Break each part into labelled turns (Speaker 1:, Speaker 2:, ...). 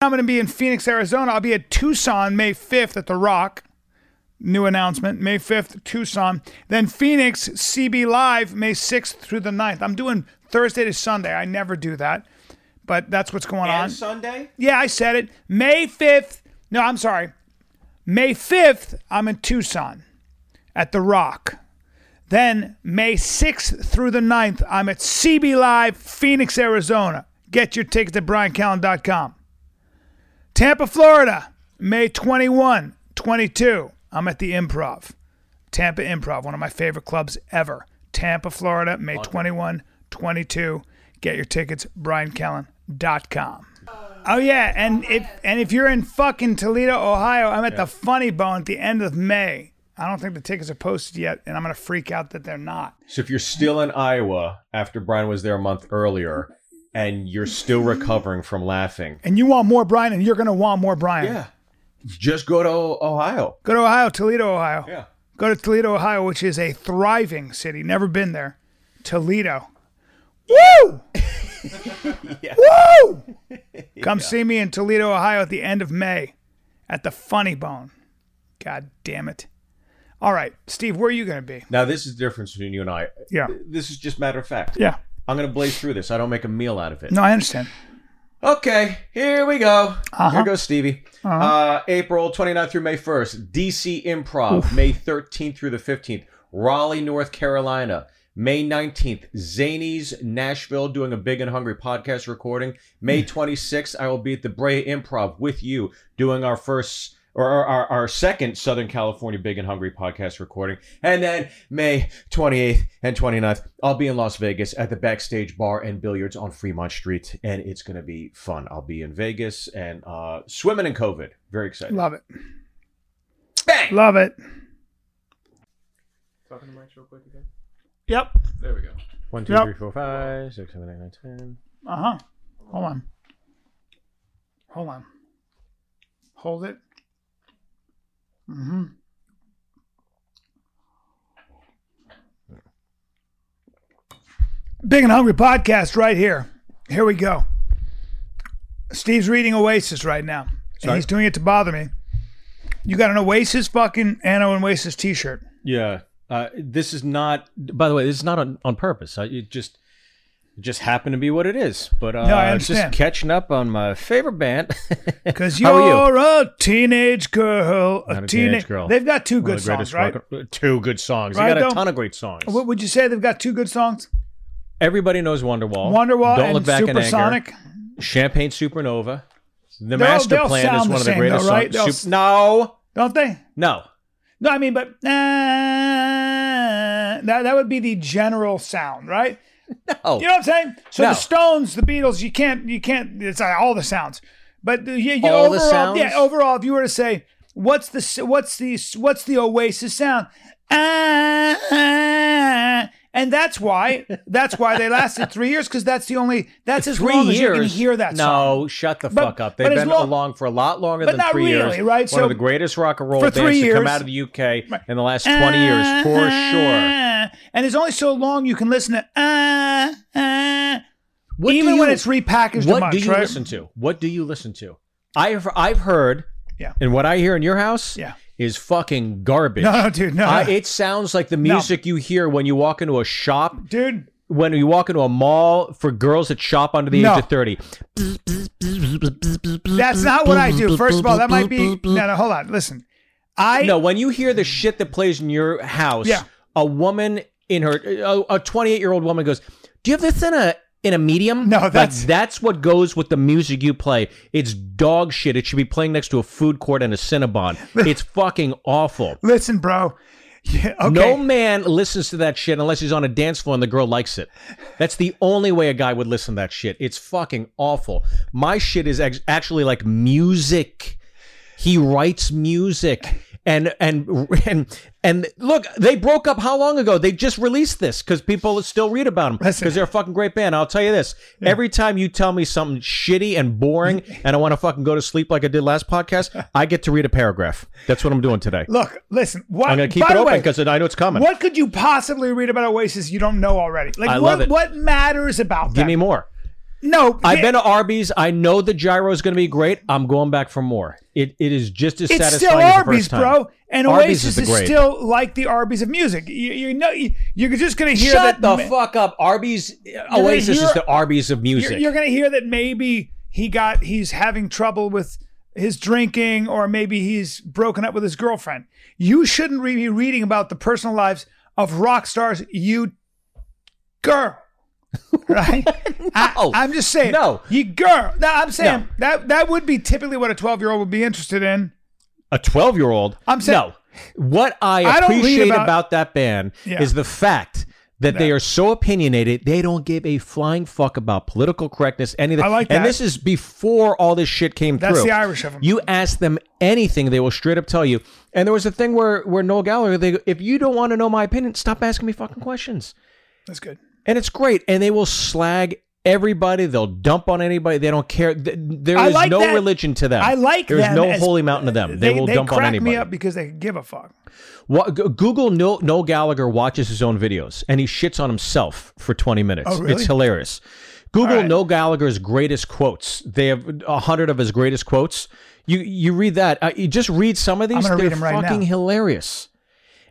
Speaker 1: I'm going to be in Phoenix, Arizona. I'll be at Tucson May 5th at The Rock. New announcement May 5th, Tucson. Then Phoenix, CB Live, May 6th through the 9th. I'm doing Thursday to Sunday. I never do that, but that's what's going on.
Speaker 2: And Sunday?
Speaker 1: Yeah, I said it. May 5th. No, I'm sorry. May 5th, I'm in Tucson at The Rock. Then May 6th through the 9th, I'm at CB Live, Phoenix, Arizona. Get your tickets at briancallen.com. Tampa, Florida, May 21, 22. I'm at the Improv. Tampa Improv, one of my favorite clubs ever. Tampa, Florida, May 21, 22. Get your tickets, briancallen.com. Oh yeah, and if and if you're in fucking Toledo, Ohio, I'm at the Funny Bone at the end of May. I don't think the tickets are posted yet, and I'm gonna freak out that they're not.
Speaker 2: So if you're still in Iowa after Brian was there a month earlier and you're still recovering from laughing,
Speaker 1: And you want more Brian, and you're gonna want more Brian.
Speaker 2: yeah, just go to Ohio.
Speaker 1: Go to Ohio, Toledo, Ohio.
Speaker 2: Yeah.
Speaker 1: Go to Toledo, Ohio, which is a thriving city. Never been there. Toledo. Woo! Woo! Come see me in Toledo, Ohio at the end of May at the Funny Bone. God damn it. All right, Steve, where are you going to be?
Speaker 2: Now this is the difference between you and I.
Speaker 1: Yeah.
Speaker 2: This is just matter of fact.
Speaker 1: Yeah.
Speaker 2: I'm gonna blaze through this. I don't make a meal out of it.
Speaker 1: No, I understand.
Speaker 2: Okay, here we go. Here goes Stevie. uh April 29th through May 1st, DC Improv, May 13th through the 15th, Raleigh, North Carolina. May 19th, Zanies, Nashville, doing a big and hungry podcast recording. May 26th, I will be at the Brea Improv with you, doing our first or our, our, our second Southern California Big and Hungry podcast recording. And then May 28th and 29th, I'll be in Las Vegas at the Backstage Bar and Billiards on Fremont Street, and it's going to be fun. I'll be in Vegas and uh, swimming in COVID. Very excited.
Speaker 1: Love it.
Speaker 2: Bang!
Speaker 1: Love it.
Speaker 3: Talking to Mike real quick again.
Speaker 1: Yep.
Speaker 3: There we go.
Speaker 2: One,
Speaker 1: two, Yep. three,
Speaker 2: four, five, six, seven, eight, nine, ten.
Speaker 1: Uh huh. Hold on. Hold on. Hold it. Mm hmm. Big and Hungry podcast right here. Here we go. Steve's reading Oasis right now. And
Speaker 2: Sorry?
Speaker 1: he's doing it to bother me. You got an Oasis fucking and an Oasis t shirt.
Speaker 2: Yeah. Uh, this is not, by the way, this is not on, on purpose. I, it just it just happened to be what it is. But uh,
Speaker 1: No, I
Speaker 2: just
Speaker 1: understand.
Speaker 2: catching up on my favorite band.
Speaker 1: Because
Speaker 2: How are you?
Speaker 1: you're a teenage girl. A,
Speaker 2: Not a
Speaker 1: teenage,
Speaker 2: teenage girl.
Speaker 1: They've got two
Speaker 2: One
Speaker 1: good
Speaker 2: of the
Speaker 1: songs, right?
Speaker 2: greatest rock- two good songs.
Speaker 1: Right,
Speaker 2: they got
Speaker 1: though?
Speaker 2: a ton of great songs.
Speaker 1: What would you say? They've got two good songs,
Speaker 2: Everybody knows Wonderwall.
Speaker 1: Wonderwall
Speaker 2: Don't
Speaker 1: and
Speaker 2: look back
Speaker 1: Supersonic.
Speaker 2: in anger. Champagne Supernova. The
Speaker 1: They'll-
Speaker 2: Master
Speaker 1: they'll
Speaker 2: Plan is
Speaker 1: sound
Speaker 2: one
Speaker 1: the
Speaker 2: of the
Speaker 1: same,
Speaker 2: greatest
Speaker 1: though, right? They'll
Speaker 2: songs. Sup- no,
Speaker 1: Don't they?
Speaker 2: no.
Speaker 1: No, I mean, but uh, that that would be the general sound, right?
Speaker 2: Oh,
Speaker 1: You know what I'm saying? So
Speaker 2: No.
Speaker 1: the Stones, the Beatles, you can't, you can't. It's like all the sounds, but the- yeah, you,
Speaker 2: All the
Speaker 1: overall, yeah,
Speaker 2: sounds?
Speaker 1: overall, if you were to say, what's the, s- what's the, s- what's the Oasis sound? Ah, ah. and that's why, that's why they lasted three years because that's the only, that's as
Speaker 2: three
Speaker 1: long
Speaker 2: years.
Speaker 1: as you can hear that
Speaker 2: no,
Speaker 1: song.
Speaker 2: shut the
Speaker 1: But-
Speaker 2: fuck up.
Speaker 1: but
Speaker 2: They've
Speaker 1: as
Speaker 2: been
Speaker 1: long-
Speaker 2: along for a lot longer
Speaker 1: But
Speaker 2: than
Speaker 1: not
Speaker 2: three
Speaker 1: really,
Speaker 2: years.
Speaker 1: right?
Speaker 2: One
Speaker 1: So-
Speaker 2: of the greatest rock and roll
Speaker 1: For
Speaker 2: bands
Speaker 1: three
Speaker 2: to come
Speaker 1: years.
Speaker 2: out of the UK in the last twenty years, for sure.
Speaker 1: Uh-huh. And it's only so long you can listen to ah, ah,
Speaker 2: What do
Speaker 1: even when
Speaker 2: you-
Speaker 1: it's repackaged. a
Speaker 2: What
Speaker 1: bunch,
Speaker 2: do you
Speaker 1: right?
Speaker 2: listen to? What do you listen to? I've I've heard,
Speaker 1: Yeah.
Speaker 2: and what I hear in your house,
Speaker 1: Yeah.
Speaker 2: is fucking garbage.
Speaker 1: No, no, dude, no,
Speaker 2: I,
Speaker 1: no.
Speaker 2: it sounds like the music you hear when you walk into a shop,
Speaker 1: dude.
Speaker 2: when you walk into a mall for girls that shop under the
Speaker 1: No.
Speaker 2: age of thirty.
Speaker 1: That's not what I do. First of all, that might be no, no. Hold on, listen. I
Speaker 2: No, when you hear the shit that plays in your house,
Speaker 1: Yeah.
Speaker 2: a woman in her a twenty eight year old woman goes, "Do you have this in a in a medium?"
Speaker 1: No,
Speaker 2: Like,
Speaker 1: that's-
Speaker 2: that's what goes with the music you play. It's dog shit. It should be playing next to a food court and a Cinnabon. it's fucking awful.
Speaker 1: listen, bro. Yeah,
Speaker 2: No
Speaker 1: okay.
Speaker 2: man listens to that shit unless he's on a dance floor and the girl likes it. That's the only way a guy would listen to that shit. It's fucking awful. My shit is ex- actually like music. He writes music. And and and and look, they broke up how long ago? They just released this because people still read about them
Speaker 1: Listen.
Speaker 2: because they're a fucking great band. I'll tell you this: every time you tell me something shitty and boring, and I want to fucking go to sleep like I did last podcast, I get to read a paragraph. That's what I'm doing today.
Speaker 1: Look, listen. What?
Speaker 2: I'm gonna keep
Speaker 1: by
Speaker 2: it
Speaker 1: the
Speaker 2: open
Speaker 1: way,
Speaker 2: because I know it's coming.
Speaker 1: what could you possibly read about Oasis you don't know already? Like,
Speaker 2: I
Speaker 1: what
Speaker 2: love it.
Speaker 1: what matters about that?
Speaker 2: Give me more.
Speaker 1: No,
Speaker 2: I've
Speaker 1: it-
Speaker 2: been to Arby's. I know the gyro is going to be great. I'm going back for more. It it is just as
Speaker 1: it's still
Speaker 2: satisfying as the
Speaker 1: Arby's,
Speaker 2: first time.
Speaker 1: bro. And
Speaker 2: Arby's
Speaker 1: Oasis
Speaker 2: is the
Speaker 1: is,
Speaker 2: great.
Speaker 1: still like the Arby's of music. You, you know, you, you're just gonna hear that.
Speaker 2: Shut the
Speaker 1: ma-
Speaker 2: fuck up. Arby's Oasis
Speaker 1: hear-
Speaker 2: is the Arby's of music.
Speaker 1: You're, you're gonna hear that maybe he got he's having trouble with his drinking, or maybe he's broken up with his girlfriend. You shouldn't re- be reading about the personal lives of rock stars. You girl. right,
Speaker 2: No.
Speaker 1: I, am just saying.
Speaker 2: No.
Speaker 1: you girl. No, I'm saying
Speaker 2: No.
Speaker 1: that that would be typically what a 12 year old would be interested in.
Speaker 2: a 12 year old.
Speaker 1: I'm saying-
Speaker 2: no. What I,
Speaker 1: I don't read
Speaker 2: appreciate
Speaker 1: about-
Speaker 2: about, that band
Speaker 1: Yeah.
Speaker 2: is the fact that they are so opinionated, they don't give a flying fuck about political correctness, anything.
Speaker 1: I like that.
Speaker 2: And this is before all this shit came
Speaker 1: That's the
Speaker 2: through.
Speaker 1: Irish of 'em.
Speaker 2: You ask them anything, they will straight up tell you. And there was a thing where where Noel Gallagher, they go, if you don't want to know my opinion, stop asking me fucking questions.
Speaker 1: That's good.
Speaker 2: And it's great. And they will slag everybody. They'll dump on anybody. They don't care. Th- There
Speaker 1: I
Speaker 2: is
Speaker 1: like
Speaker 2: no
Speaker 1: that-
Speaker 2: religion to them.
Speaker 1: I like
Speaker 2: There is
Speaker 1: them
Speaker 2: no
Speaker 1: as-
Speaker 2: holy mountain to them. They, will
Speaker 1: they
Speaker 2: dump
Speaker 1: crack
Speaker 2: on anybody.
Speaker 1: me up because they give a fuck.
Speaker 2: Well, G- Google no Noel Gallagher watches his own videos and he shits on himself for 20 minutes.
Speaker 1: Oh, really?
Speaker 2: It's hilarious. Google
Speaker 1: right.
Speaker 2: Noel Gallagher's greatest quotes. They have a hundred of his greatest quotes. You you read that. Uh, you just read some of these.
Speaker 1: gonna
Speaker 2: They're
Speaker 1: read 'em right
Speaker 2: fucking
Speaker 1: now.
Speaker 2: hilarious.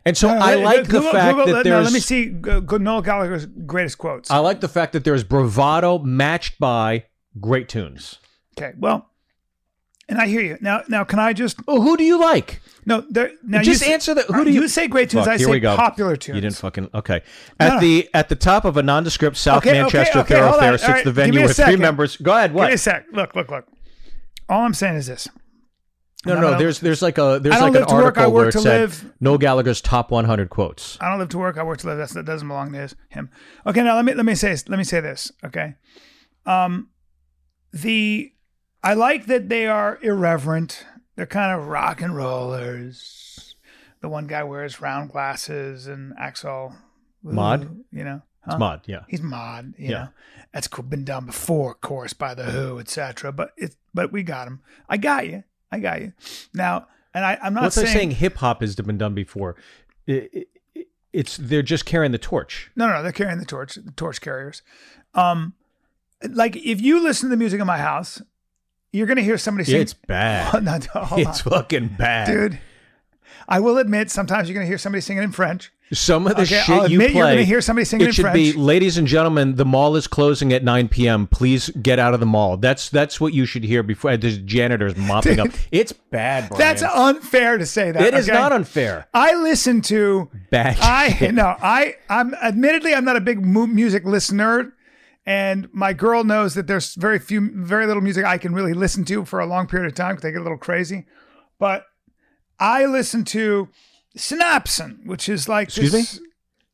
Speaker 2: And so
Speaker 1: No,
Speaker 2: I
Speaker 1: let-
Speaker 2: like the
Speaker 1: Uh, Google-
Speaker 2: fact
Speaker 1: Google-
Speaker 2: that
Speaker 1: no,
Speaker 2: there's Uh,
Speaker 1: let me see uh, Go- Go- Noel Gallagher's greatest quotes.
Speaker 2: I like the fact that there's bravado matched by great tunes.
Speaker 1: okay, well, and I hear you now. Now, can I just
Speaker 2: Oh, who do you like?
Speaker 1: no? There, now
Speaker 2: Just
Speaker 1: you say-
Speaker 2: answer the- who
Speaker 1: all right,
Speaker 2: do you-
Speaker 1: say great tunes?
Speaker 2: Fuck,
Speaker 1: I
Speaker 2: here
Speaker 1: say
Speaker 2: we go.
Speaker 1: popular tunes.
Speaker 2: You didn't fucking okay.
Speaker 1: No,
Speaker 2: At
Speaker 1: no.
Speaker 2: the at the top of a nondescript South
Speaker 1: Okay, okay,
Speaker 2: Manchester
Speaker 1: okay, hold on.
Speaker 2: thoroughfare
Speaker 1: All
Speaker 2: sits
Speaker 1: right,
Speaker 2: the
Speaker 1: give me
Speaker 2: venue
Speaker 1: a
Speaker 2: with three
Speaker 1: second.
Speaker 2: members. Go ahead. What?
Speaker 1: Wait a sec. Look, look, look. All I'm saying is this.
Speaker 2: No,
Speaker 1: No,
Speaker 2: no,
Speaker 1: no.
Speaker 2: there's there's like a there's
Speaker 1: I don't
Speaker 2: like an
Speaker 1: live to work, I
Speaker 2: article
Speaker 1: work
Speaker 2: where it
Speaker 1: to
Speaker 2: said
Speaker 1: live.
Speaker 2: Noel Gallagher's top 100 quotes.
Speaker 1: I don't live to work. I work to live. That's, that doesn't belong to his, him. Okay, now let me let me say let me say this. Okay, um, the I like that they are irreverent. They're kind of rock and rollers. The one guy wears round glasses and acts all
Speaker 2: Mod?
Speaker 1: ooh, You know,
Speaker 2: It's
Speaker 1: Huh?
Speaker 2: mod, yeah.
Speaker 1: He's mod, you
Speaker 2: Yeah.
Speaker 1: know. That's cool. Been done before, of course, by the Who, etc. But it, but we got him. I got you. I got you. Now, and I, I'm not
Speaker 2: What's
Speaker 1: saying,
Speaker 2: like saying hip hop has been done before? I- I- I- it's they're just carrying the torch.
Speaker 1: No, no, they're carrying the torch, the torch carriers. Um, like if you listen to the music in my house, you're gonna hear somebody sing.
Speaker 2: It's bad.
Speaker 1: no, no, hold
Speaker 2: It's fucking bad.
Speaker 1: on, dude. I will admit, sometimes you're gonna hear somebody singing in French.
Speaker 2: Some of the
Speaker 1: Okay,
Speaker 2: shit
Speaker 1: I'll
Speaker 2: you
Speaker 1: admit
Speaker 2: play.
Speaker 1: you're gonna hear somebody singing in
Speaker 2: It should
Speaker 1: French.
Speaker 2: be, ladies and gentlemen, the mall is closing at 9 p.m. Please get out of the mall. That's that's what you should hear before the janitors mopping up. It's bad, Brian.
Speaker 1: That's unfair to say that.
Speaker 2: It is
Speaker 1: okay?
Speaker 2: not unfair.
Speaker 1: I listen to
Speaker 2: Bad.
Speaker 1: I
Speaker 2: shit.
Speaker 1: no I I'm admittedly I'm not a big mu- music listener, and my girl knows that there's very few very little music I can really listen to for a long period of time because I get a little crazy, but I listen to Synapsin, which is like
Speaker 2: Excuse
Speaker 1: this,
Speaker 2: me?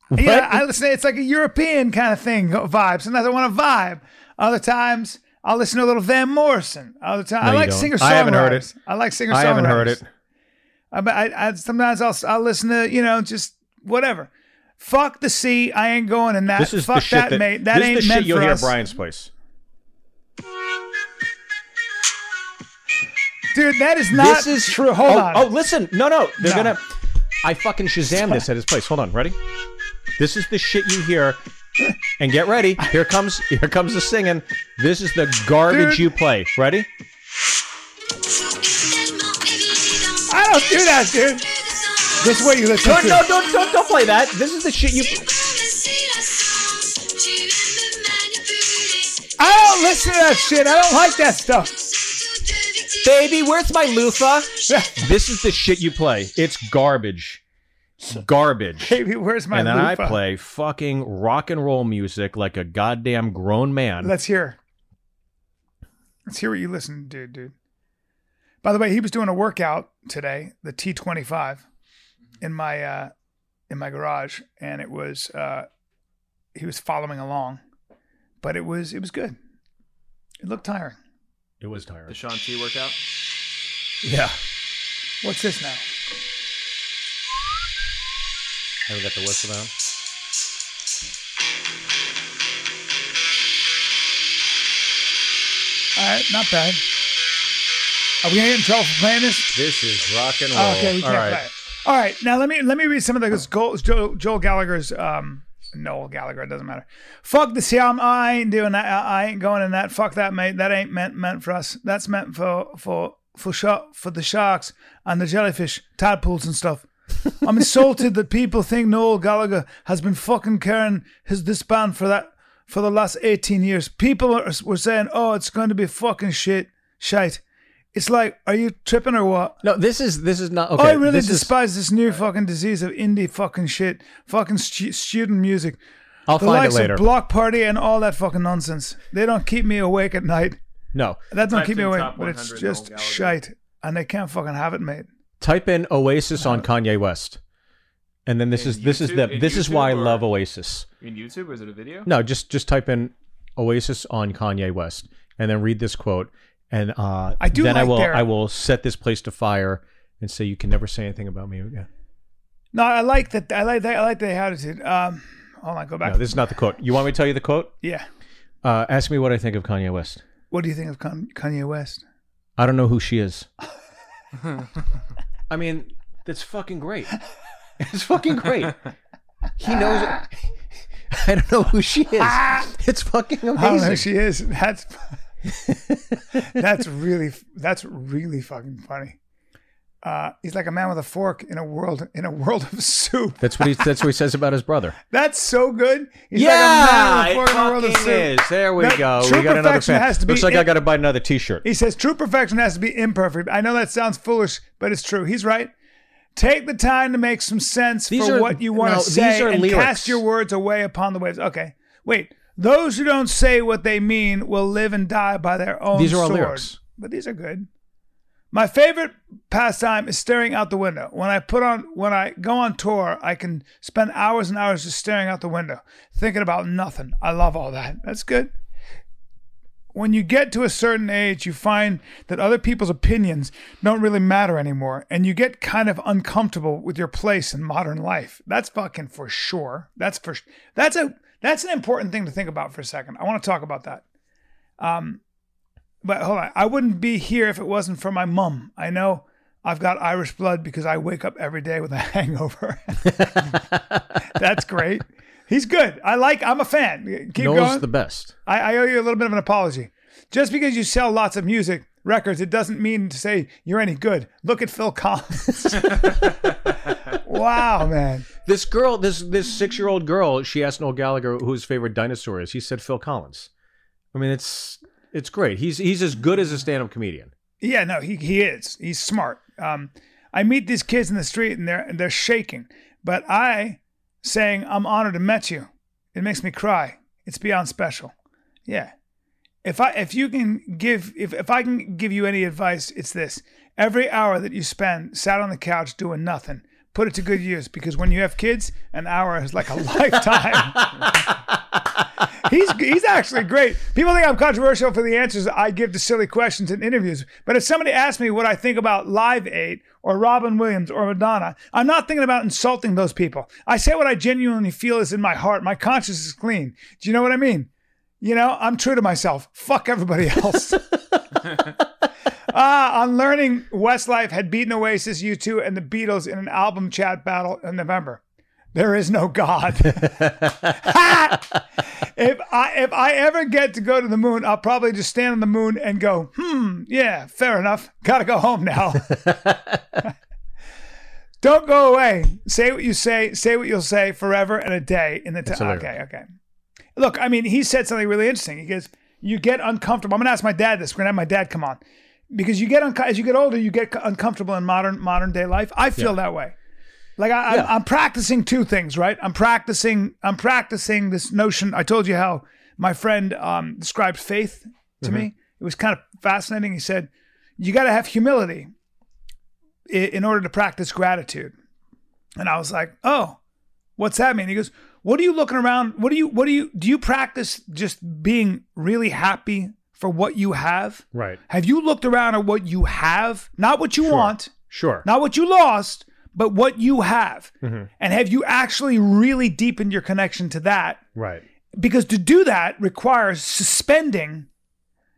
Speaker 2: What?
Speaker 1: yeah, I listen. It's like a European kind of thing go- vibe. Sometimes I want to vibe. Other times I'll listen to a little Van Morrison. Other times I
Speaker 2: you
Speaker 1: like
Speaker 2: don't.
Speaker 1: singer songwriters.
Speaker 2: I haven't heard it.
Speaker 1: I like singer songwriters.
Speaker 2: I haven't heard it.
Speaker 1: I, I, I sometimes I'll I'll listen to you know just whatever. Fuck the sea, I ain't going in that.
Speaker 2: This is
Speaker 1: Uh, Fuck
Speaker 2: the shit
Speaker 1: that, mate. That
Speaker 2: this
Speaker 1: ain't
Speaker 2: is the
Speaker 1: meant
Speaker 2: shit you'll
Speaker 1: for
Speaker 2: hear at
Speaker 1: us,
Speaker 2: Brian's place.
Speaker 1: dude. That is not
Speaker 2: this is
Speaker 1: true. Hold
Speaker 2: oh,
Speaker 1: on.
Speaker 2: Oh, listen. No, no. They're
Speaker 1: No.
Speaker 2: gonna. I fucking Shazam this at his place. Hold on. Ready? This is the shit you hear. And get ready. Here comes. Here comes the singing. This is the garbage
Speaker 1: Dude.
Speaker 2: you play. Ready?
Speaker 1: I don't do that, dude. This is what you listen
Speaker 2: No,
Speaker 1: to.
Speaker 2: no, don't, don't, don't play that. This is the shit you.
Speaker 1: I don't listen to that shit. I don't like that stuff.
Speaker 2: Baby, where's my loofah? This is the shit you play. It's garbage. Garbage.
Speaker 1: Baby, where's my
Speaker 2: and then
Speaker 1: loofah?
Speaker 2: I play fucking rock and roll music like a goddamn grown man.
Speaker 1: Let's hear. Let's hear what you listen to, dude, dude. By the way, he was doing a workout today, the T twenty five, in my uh in my garage, and it was uh he was following along. But it was it was good. It looked tiring.
Speaker 2: It was tiring.
Speaker 4: The Sean T workout.
Speaker 2: Yeah.
Speaker 1: What's this now?
Speaker 2: Haven't got the whistle down.
Speaker 1: All right, not bad. Are we gonna get in trouble for playing this?
Speaker 2: This is rock and roll.
Speaker 1: Oh, okay, we can't play it. All right, now let me let me read some of the Joel, Joel Gallagher's um, Noel Gallagher. It doesn't matter. Fuck the sea. I'm, I ain't doing that. I, I ain't going in that. Fuck that, mate. That ain't meant meant for us. That's meant for for for shark for the sharks and the jellyfish, tadpoles and stuff. I'm insulted that people think Noel Gallagher has been fucking carrying his this band for that for the last 18 years. People are, were saying, "Oh, it's going to be fucking shit, shite." It's like, are you tripping or what?
Speaker 2: No, this is this is not okay.
Speaker 1: Oh, I really
Speaker 2: this is-
Speaker 1: despise this new fucking disease of indie fucking shit, fucking stu- student music,
Speaker 2: I'll
Speaker 1: the
Speaker 2: find
Speaker 1: likes
Speaker 2: it later.
Speaker 1: of Block Party and all that fucking nonsense. They don't keep me awake at night.
Speaker 2: no,
Speaker 1: That don't
Speaker 5: Typed
Speaker 1: keep me
Speaker 5: in
Speaker 1: awake,
Speaker 5: top
Speaker 1: but it's
Speaker 5: 100 Noel
Speaker 1: just
Speaker 5: Gallagher.
Speaker 1: shite, and they can't fucking have it, mate.
Speaker 2: type in Oasis on Kanye West, and then this
Speaker 5: In
Speaker 2: is this is
Speaker 5: YouTube-
Speaker 2: the
Speaker 5: in
Speaker 2: this is why I
Speaker 5: YouTube or-
Speaker 2: love Oasis.
Speaker 5: In YouTube, or is it a video?
Speaker 2: No, just just type in Oasis on Kanye West, and then read this quote, and uh,
Speaker 1: I do
Speaker 2: Then I
Speaker 1: like
Speaker 2: will
Speaker 1: their-
Speaker 2: I will set this place to fire and say you can never say anything about me again.
Speaker 1: No, I like that. I like that. I like that attitude. Um, hold on, go back.
Speaker 2: No, this is not the quote. You want me to tell you the quote?
Speaker 1: yeah.
Speaker 2: Uh, ask me what I think of Kanye West.
Speaker 1: What do you think of Kan- Kanye West?
Speaker 2: I don't know who she is. I mean, that's fucking great. It's fucking great. He knows. I don't know who she is. It's fucking amazing.
Speaker 1: I don't know who she is. That's that's really that's really fucking funny. Uh, he's like a man with a fork in a world in a world of soup.
Speaker 2: that's what he. That's what he says about his brother.
Speaker 1: That's so good. He's like a man with a
Speaker 2: yeah,
Speaker 1: fork
Speaker 2: it
Speaker 1: in a world of
Speaker 2: fucking
Speaker 1: soup.
Speaker 2: is. There we
Speaker 1: That
Speaker 2: go.
Speaker 1: true
Speaker 2: We got another
Speaker 1: perfection
Speaker 2: fan.
Speaker 1: has to be
Speaker 2: Looks like
Speaker 1: in-
Speaker 2: I got to buy another T-shirt.
Speaker 1: He says true perfection has to be imperfect. I know that sounds foolish, but it's true. He's right. Take the time to make some sense
Speaker 2: These
Speaker 1: for
Speaker 2: are-
Speaker 1: what you want
Speaker 2: no,
Speaker 1: to
Speaker 2: these
Speaker 1: say
Speaker 2: are
Speaker 1: and
Speaker 2: lyrics.
Speaker 1: cast your words away upon the waves. Okay. Wait. Those who don't say what they mean will live and die by their own
Speaker 2: These are all
Speaker 1: sword.
Speaker 2: lyrics.
Speaker 1: But these are good. My favorite pastime is staring out the window. When I put on when I go on tour, I can spend hours and hours just staring out the window, thinking about nothing. I love all that. That's good when you get to a certain age, you find that other people's opinions don't really matter anymore, and you get kind of uncomfortable with your place in modern life. That's fucking for sure. That's for that's a that's an important thing to think about for a second. I want to talk about that. Um, but hold on, I wouldn't be here if it wasn't for my mum. I know I've got Irish blood because I wake up every day with a hangover. that's great. He's good. I like. I'm a fan. Keep
Speaker 2: Noel's
Speaker 1: going.
Speaker 2: the best.
Speaker 1: I, I owe you a little bit of an apology. Just because you sell lots of music records, it doesn't mean to say you're any good. Look at Phil Collins. wow, man.
Speaker 2: This girl, this this six year old girl, she asked Noel Gallagher who his favorite dinosaur is. He said Phil Collins. I mean, it's it's great. He's he's as good as a stand up comedian.
Speaker 1: Yeah, no, he, he is. He's smart. Um, I meet these kids in the street and they're and they're shaking, but I saying I'm honored to met you. It makes me cry. It's beyond special. Yeah. If I if you can give if, if I can give you any advice, it's this. Every hour that you spend sat on the couch doing nothing, put it to good use because when you have kids, an hour is like a lifetime. he's he's actually great. People think I'm controversial for the answers that I give to silly questions in interviews, but if somebody asks me what I think about Live Aid or Robin Williams or Madonna, I'm not thinking about insulting those people. I say what I genuinely feel is in my heart. My conscience is clean. Do you know what I mean? You know, I'm true to myself. Fuck everybody else. Ah, on learning Westlife had beaten Oasis, U2, and the Beatles in an album chat battle in November. There is no God. if I if I ever get to go to the moon, I'll probably just stand on the moon and go, hmm, yeah, fair enough. Gotta go home now. Don't go away. Say what you say, say what you'll say forever and a day in the
Speaker 2: That's
Speaker 1: time.
Speaker 2: hilarious.
Speaker 1: Okay, okay. Look, I mean, he said something really interesting. He goes, You get uncomfortable. I'm gonna ask my dad this. We're gonna have my dad come on. Because you get unco- as you get older, you get uncomfortable in modern modern day life. I feel that way. Like I, I'm, I'm practicing two things, right? I'm practicing. I'm practicing this notion. I told you how my friend um, described faith to
Speaker 2: Mm-hmm.
Speaker 1: me. It was kind of fascinating. He said, "You got to have humility i- in order to practice gratitude." And I was like, "Oh, what's that mean?" He goes, "What are you looking around? What do you? What do you? Do you practice just being really happy for what you have?
Speaker 2: Right.
Speaker 1: Have you looked around at what you have, not what you want?"
Speaker 2: Sure.
Speaker 1: not what you lost, but what you have. And have you actually really deepened your connection to that?
Speaker 2: Right.
Speaker 1: Because to do that requires suspending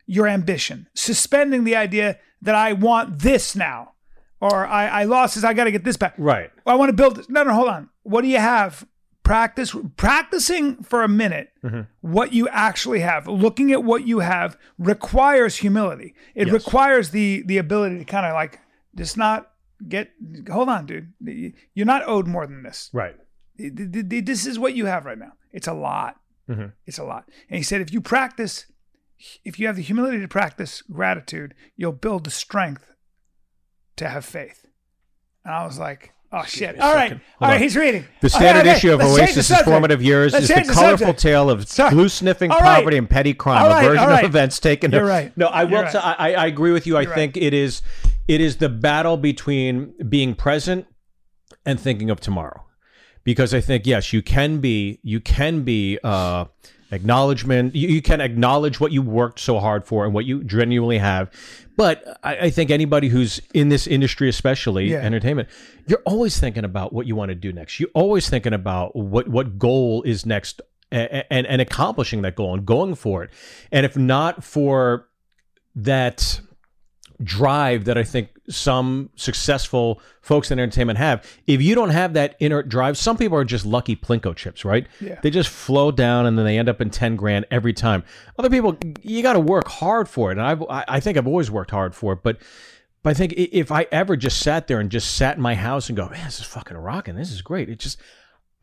Speaker 1: your ambition, suspending the idea that I want this now, or I, I lost this, I got to get this back.
Speaker 2: Right.
Speaker 1: I want to build. No, no, hold on. What do you have? practice practicing for a minute what you actually have looking at what you have requires humility it requires the the ability to kind of like just not get hold on dude you're not owed more than this
Speaker 2: Right.
Speaker 1: Th- th- th- this is what you have right now it's a lot
Speaker 2: Mhm.
Speaker 1: it's a lot and he said if you practice if you have the humility to practice gratitude you'll build the strength to have faith and i was like oh shit all right all
Speaker 2: Hold
Speaker 1: right
Speaker 2: on.
Speaker 1: he's reading
Speaker 2: The
Speaker 1: All right,
Speaker 2: standard
Speaker 1: all right,
Speaker 2: issue of
Speaker 1: let's change the
Speaker 2: Oasis's
Speaker 1: subject.
Speaker 2: formative years
Speaker 1: Let's
Speaker 2: is the
Speaker 1: change the
Speaker 2: colorful
Speaker 1: subject.
Speaker 2: tale of
Speaker 1: Sorry.
Speaker 2: glue sniffing,
Speaker 1: All right.
Speaker 2: poverty, and petty crime,
Speaker 1: All right,
Speaker 2: a version
Speaker 1: all right.
Speaker 2: of events taken.
Speaker 1: You're right.
Speaker 2: No, I will.
Speaker 1: You're
Speaker 2: say I I, I agree with you. I
Speaker 1: You're
Speaker 2: think it is it is the battle between being present and thinking of tomorrow, because I think yes, you can be you can be uh, acknowledgement. You, you can acknowledge what you worked so hard for and what you genuinely have. But I, I think anybody who's in this industry, especially
Speaker 1: Yeah.
Speaker 2: entertainment, you're always thinking about what you want to do next. You're always thinking about what what goal is next. a- a- And, and accomplishing that goal and going for it. And if not for that drive that I think some successful folks in entertainment have. If you don't have that inner drive, some people are just lucky plinko chips, right?
Speaker 1: Yeah.
Speaker 2: They just flow down and then they end up in 10 grand every time. Other people, you got to work hard for it. And I've, I I think I've always worked hard for it, but but I think i- if I ever just sat there and just sat in my house and go, man, this is fucking rocking. This is great. It just,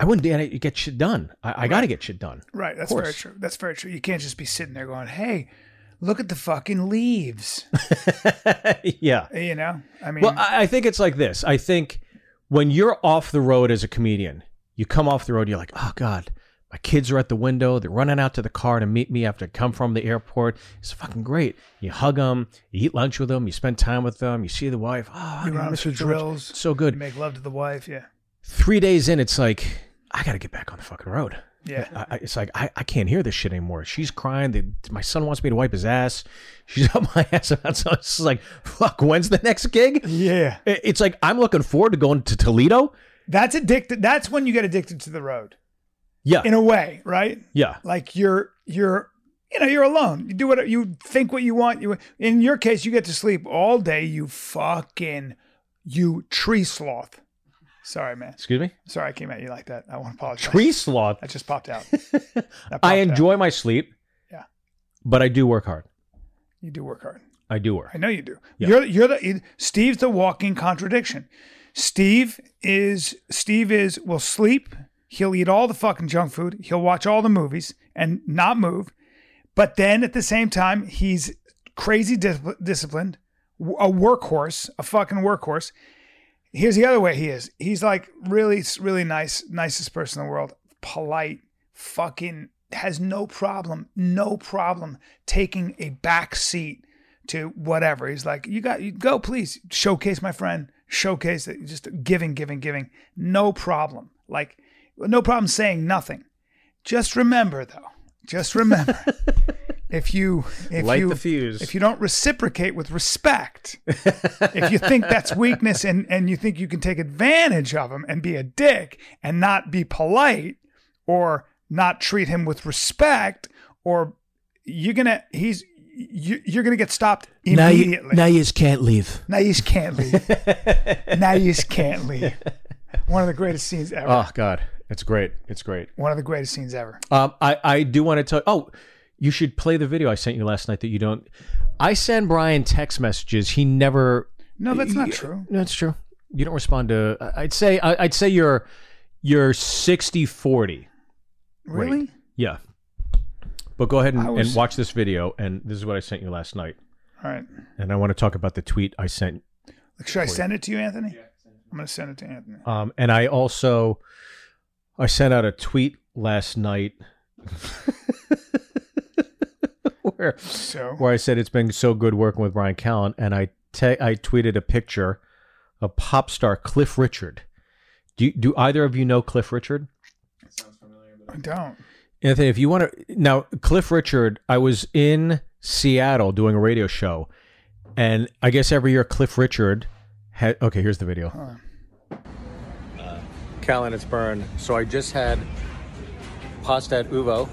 Speaker 2: I wouldn't be able to get shit done. I, I got to get shit done.
Speaker 1: Right. That's
Speaker 2: course.
Speaker 1: very true. That's very true. You can't just be sitting there going, "Hey, look at the fucking leaves."
Speaker 2: yeah.
Speaker 1: you know. I mean,
Speaker 2: Well, I, I think it's like this. I think when you're off the road as a comedian, you come off the road, you're like, oh God, my kids are at the window. They're running out to the car to meet me after I come from the airport. It's fucking great. You hug them, you eat lunch with them, you spend time with them, you see the wife. Oh,
Speaker 1: you
Speaker 2: I
Speaker 1: run
Speaker 2: miss
Speaker 1: through
Speaker 2: her so much.
Speaker 1: drills.
Speaker 2: So
Speaker 1: You
Speaker 2: good.
Speaker 1: make love to the wife. Yeah.
Speaker 2: Three days in, it's like, I got to get back on the fucking road.
Speaker 1: Yeah.
Speaker 2: I, I- it's like I, I can't hear this shit anymore. She's crying. The, my son wants me to wipe his ass. She's up my ass about. So it's like, fuck. When's the next gig?
Speaker 1: Yeah.
Speaker 2: It- It's like I'm looking forward to going to Toledo.
Speaker 1: That's addicted. That's when you get addicted to the road,
Speaker 2: Yeah,
Speaker 1: in a way, right?
Speaker 2: yeah,
Speaker 1: Like you're you're you know you're alone. You do what you think what you want. You in your case, you get to sleep all day. You fucking you tree sloth. Sorry, man.
Speaker 2: Excuse me.
Speaker 1: Sorry, I came at you like that. I want to apologize.
Speaker 2: Tree sloth.
Speaker 1: That just popped out. That
Speaker 2: I
Speaker 1: popped out.
Speaker 2: enjoy my sleep.
Speaker 1: Yeah.
Speaker 2: but I do work hard.
Speaker 1: You do work hard.
Speaker 2: I do work.
Speaker 1: I know you do.
Speaker 2: Yeah.
Speaker 1: You're you're the you- Steve's the walking contradiction. Steve is Steve is will sleep. He'll eat all the fucking junk food. He'll watch all the movies and not move. But then at the same time, he's crazy dis- disciplined, w- a workhorse, a fucking workhorse. Here's the other way he is. He's like really, really nice, nicest person in the world, polite, fucking has no problem, no problem taking a back seat to whatever. He's like, you got, you go, please showcase my friend, showcase it, just giving, giving, giving. No problem. Like, no problem saying nothing. Just remember though, just remember if you, if you,
Speaker 2: fuse.
Speaker 1: if you don't reciprocate with respect, if you think that's weakness and, and you think you can take advantage of him and be a dick and not be polite or not treat him with respect, or you're gonna he's you, you're gonna get stopped immediately. Now you,
Speaker 2: just can't leave.
Speaker 1: just can't leave. now you just can't leave. One of the greatest scenes ever.
Speaker 2: Oh God, it's great. It's great.
Speaker 1: One of the greatest scenes ever.
Speaker 2: Um, I I do want to tell. Oh, you should play the video I sent you last night that you don't. I send Brian text messages. He never
Speaker 1: No, that's not true.
Speaker 2: That's true. You don't respond to. I- I'd say. I- I'd say you're you're 60 40.
Speaker 1: Really?
Speaker 2: Yeah. But go ahead and,
Speaker 1: I was-
Speaker 2: and watch this video. And this is what I sent you last night.
Speaker 1: All right.
Speaker 2: And I want to talk about the tweet I sent.
Speaker 1: Should I send it to you, Anthony? I'm gonna send it to Anthony.
Speaker 2: Um, and I also I sent out a tweet last night where
Speaker 1: So
Speaker 2: where I said it's been so good working with Brian Callen, and I te- I tweeted a picture of pop star Cliff Richard. Do do either of you know Cliff Richard?
Speaker 1: I don't.
Speaker 2: Anthony, if you want to now, Cliff Richard, I was in Seattle doing a radio show, and I guess every year Cliff Richard had. Okay, here's the video.
Speaker 5: Uh, Callan, it's Byrne. So I just had pasta at Uvo,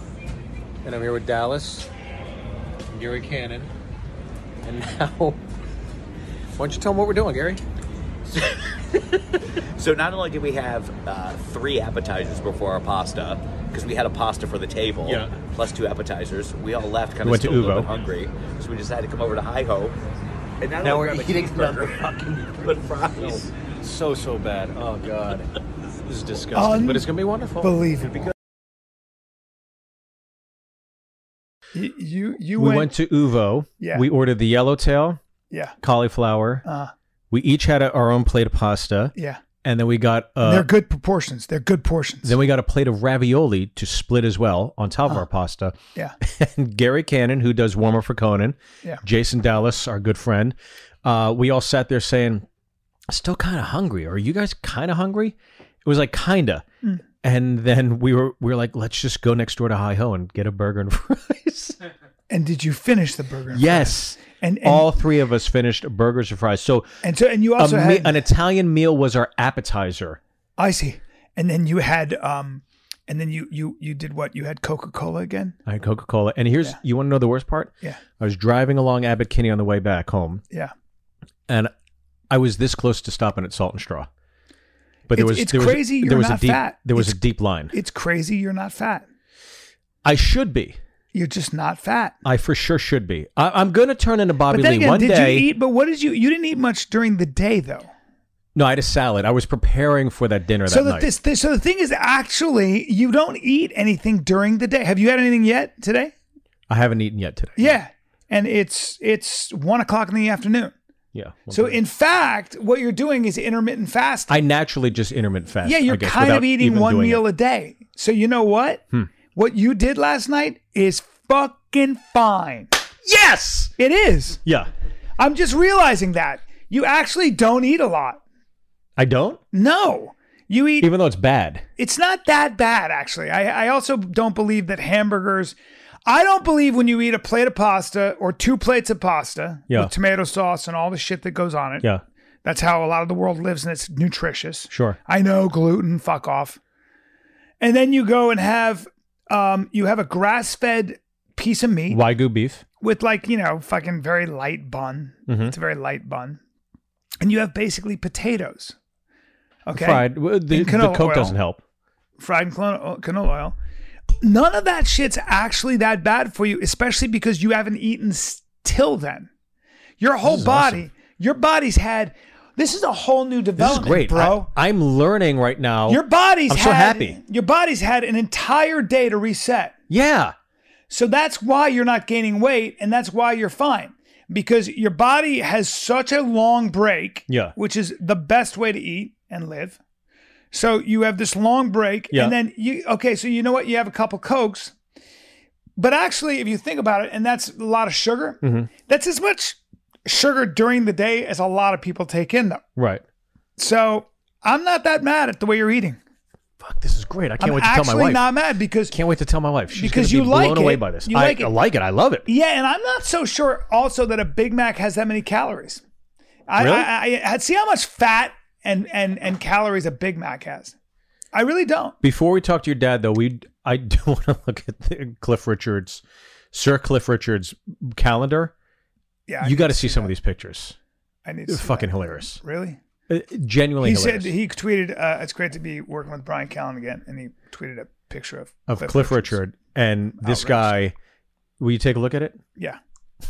Speaker 5: and I'm here with Dallas, and Gary Cannon, and now. Why don't you tell them what we're doing, Gary?
Speaker 6: So not only did we have uh, three appetizers before our pasta, because we had a pasta for the table,
Speaker 2: Yeah.
Speaker 6: plus two appetizers. We all left kind
Speaker 2: We went
Speaker 6: of
Speaker 2: to
Speaker 6: still a little
Speaker 2: Uvo.
Speaker 6: bit hungry, so we decided to come over to Hi Ho. And not
Speaker 5: Now
Speaker 6: only
Speaker 5: we're
Speaker 6: grab a
Speaker 5: eating
Speaker 6: cheeseburger, but fries.
Speaker 5: So so bad. Oh god, this is disgusting.
Speaker 1: Un-
Speaker 5: but it's gonna be wonderful.
Speaker 1: Believable. Y- You you
Speaker 2: we
Speaker 1: went,
Speaker 2: went to Uvo.
Speaker 1: Yeah.
Speaker 2: We ordered the yellowtail,
Speaker 1: yeah
Speaker 2: cauliflower.
Speaker 1: Uh.
Speaker 2: we each had a, our own plate of pasta,
Speaker 1: yeah.
Speaker 2: and then we got
Speaker 1: They're
Speaker 2: uh,
Speaker 1: good proportions. They're good portions.
Speaker 2: then we got a plate of ravioli to split as well on top of our pasta.
Speaker 1: yeah.
Speaker 2: And Gary Cannon, who does warmer for Conan,
Speaker 1: Yeah.
Speaker 2: Jason Dallas, our good friend, uh, we all sat there saying, "Still kind of hungry? Are you guys kind of hungry?" It was like kinda.
Speaker 1: Hmm.
Speaker 2: And then we were we were like, let's just go next door to Hi Ho and get a burger and fries.
Speaker 1: And did you finish the burger?
Speaker 2: yes,
Speaker 1: And, and
Speaker 2: all three of us finished burgers and fries. So
Speaker 1: and so and you
Speaker 2: a
Speaker 1: also
Speaker 2: me-
Speaker 1: had
Speaker 2: an Italian meal was our appetizer.
Speaker 1: I see. And then you had um and then you you you did what? You had Coca-Cola again?
Speaker 2: I had Coca Cola. And here's you want to know the worst part?
Speaker 1: Yeah.
Speaker 2: I was driving along Abbott Kinney on the way back home,
Speaker 1: Yeah.
Speaker 2: and I was this close to stopping at Salt and Straw. But there
Speaker 1: It's-
Speaker 2: was
Speaker 1: it's
Speaker 2: there
Speaker 1: crazy
Speaker 2: Was,
Speaker 1: you're
Speaker 2: there was
Speaker 1: not
Speaker 2: a deep
Speaker 1: fat.
Speaker 2: there was
Speaker 1: It's-
Speaker 2: a deep line.
Speaker 1: It's crazy you're not fat.
Speaker 2: I should be.
Speaker 1: You're just not fat.
Speaker 2: I for sure should be. I, I'm going to turn into Bobby
Speaker 1: but then
Speaker 2: Lee
Speaker 1: again,
Speaker 2: one
Speaker 1: did
Speaker 2: day.
Speaker 1: you eat but what did you you didn't eat much during the day though?
Speaker 2: no, I had a salad. I was preparing for that dinner
Speaker 1: So
Speaker 2: that
Speaker 1: the,
Speaker 2: night.
Speaker 1: this, this, so the thing is, actually, you don't eat anything during the day. Have you had anything yet today?
Speaker 2: I haven't eaten yet today.
Speaker 1: Yeah, and it's it's one o'clock in the afternoon.
Speaker 2: Yeah.
Speaker 1: So in fact, what you're doing is intermittent fasting.
Speaker 2: I naturally just intermittent fast.
Speaker 1: yeah, you're
Speaker 2: I guess,
Speaker 1: kind of
Speaker 2: without
Speaker 1: eating
Speaker 2: even
Speaker 1: one
Speaker 2: doing
Speaker 1: meal
Speaker 2: it.
Speaker 1: a
Speaker 2: Hmm.
Speaker 1: day. So you know what? What you did last night is fucking fine.
Speaker 2: Yes.
Speaker 1: It is.
Speaker 2: Yeah.
Speaker 1: I'm just realizing that you actually don't eat a lot.
Speaker 2: I don't,
Speaker 1: No, you eat
Speaker 2: even though it's bad.
Speaker 1: it's not that bad actually. I, I also don't believe that hamburgers. I don't believe when you eat a plate of pasta or two plates of pasta
Speaker 2: Yeah.
Speaker 1: with tomato sauce and all the shit that goes on it.
Speaker 2: Yeah.
Speaker 1: That's how a lot of the world lives and it's nutritious.
Speaker 2: Sure.
Speaker 1: I know gluten, fuck off. And then you go and have um you have a grass-fed piece of meat
Speaker 2: Wagyu beef.
Speaker 1: with like, you know, fucking very light bun.
Speaker 2: Mm-hmm.
Speaker 1: It's a very light bun. And you have basically potatoes. Okay
Speaker 2: fried. Well, The,
Speaker 1: And
Speaker 2: the
Speaker 1: canola
Speaker 2: Coke
Speaker 1: oil.
Speaker 2: doesn't help.
Speaker 1: fried and canola, canola oil. None of that shit's actually that bad for you, especially because you haven't eaten s- till then. Your whole
Speaker 2: is
Speaker 1: body, your body's had. This is a whole new
Speaker 2: This is
Speaker 1: development,
Speaker 2: great,
Speaker 1: bro.
Speaker 2: I, am learning right now.
Speaker 1: your body's
Speaker 2: Oh, I'm so
Speaker 1: had,
Speaker 2: happy.
Speaker 1: Your body's had an entire day to reset.
Speaker 2: yeah,
Speaker 1: So that's why you're not gaining weight, and that's why you're fine because your body has such a long break,
Speaker 2: Yeah.
Speaker 1: which is the best way to eat and live. So you have this long break,
Speaker 2: Yeah.
Speaker 1: and then you okay. So you know what? You have a couple cokes, but actually, if you think about it, and that's a lot of sugar.
Speaker 2: Mm-hmm.
Speaker 1: That's as much sugar during the day as a lot of people take in, though.
Speaker 2: right.
Speaker 1: So I'm not that mad at the way you're eating.
Speaker 2: Fuck, this is great. I can't
Speaker 1: I'm
Speaker 2: wait to tell my
Speaker 1: actually
Speaker 2: wife.
Speaker 1: not mad because
Speaker 2: can't wait to tell my wife. She's
Speaker 1: Because you
Speaker 2: gonna be
Speaker 1: like
Speaker 2: blown away
Speaker 1: it.
Speaker 2: by this.
Speaker 1: You
Speaker 2: I
Speaker 1: like it.
Speaker 2: I like it. I love it.
Speaker 1: Yeah, and I'm not so sure also that a Big Mac has that many calories. I,
Speaker 2: Really?
Speaker 1: I, I, I see how much fat and, and, and calories a Big Mac has. I really don't.
Speaker 2: Before we talk to your dad, though, we I do want to look at the Cliff Richards, Sir Cliff Richards calendar.
Speaker 1: Yeah, I
Speaker 2: you
Speaker 1: need
Speaker 2: got to
Speaker 1: to
Speaker 2: see some of these pictures.
Speaker 1: I need to
Speaker 2: They're
Speaker 1: see
Speaker 2: fucking
Speaker 1: that.
Speaker 2: hilarious.
Speaker 1: Really?
Speaker 2: Uh, genuinely
Speaker 1: He
Speaker 2: hilarious.
Speaker 1: said he tweeted, uh, "It's great to be working with Brian Callen again," and he tweeted a picture of
Speaker 2: of Cliff, Richard and
Speaker 1: Oh,
Speaker 2: this guy. Will you take a look at it?
Speaker 1: Yeah,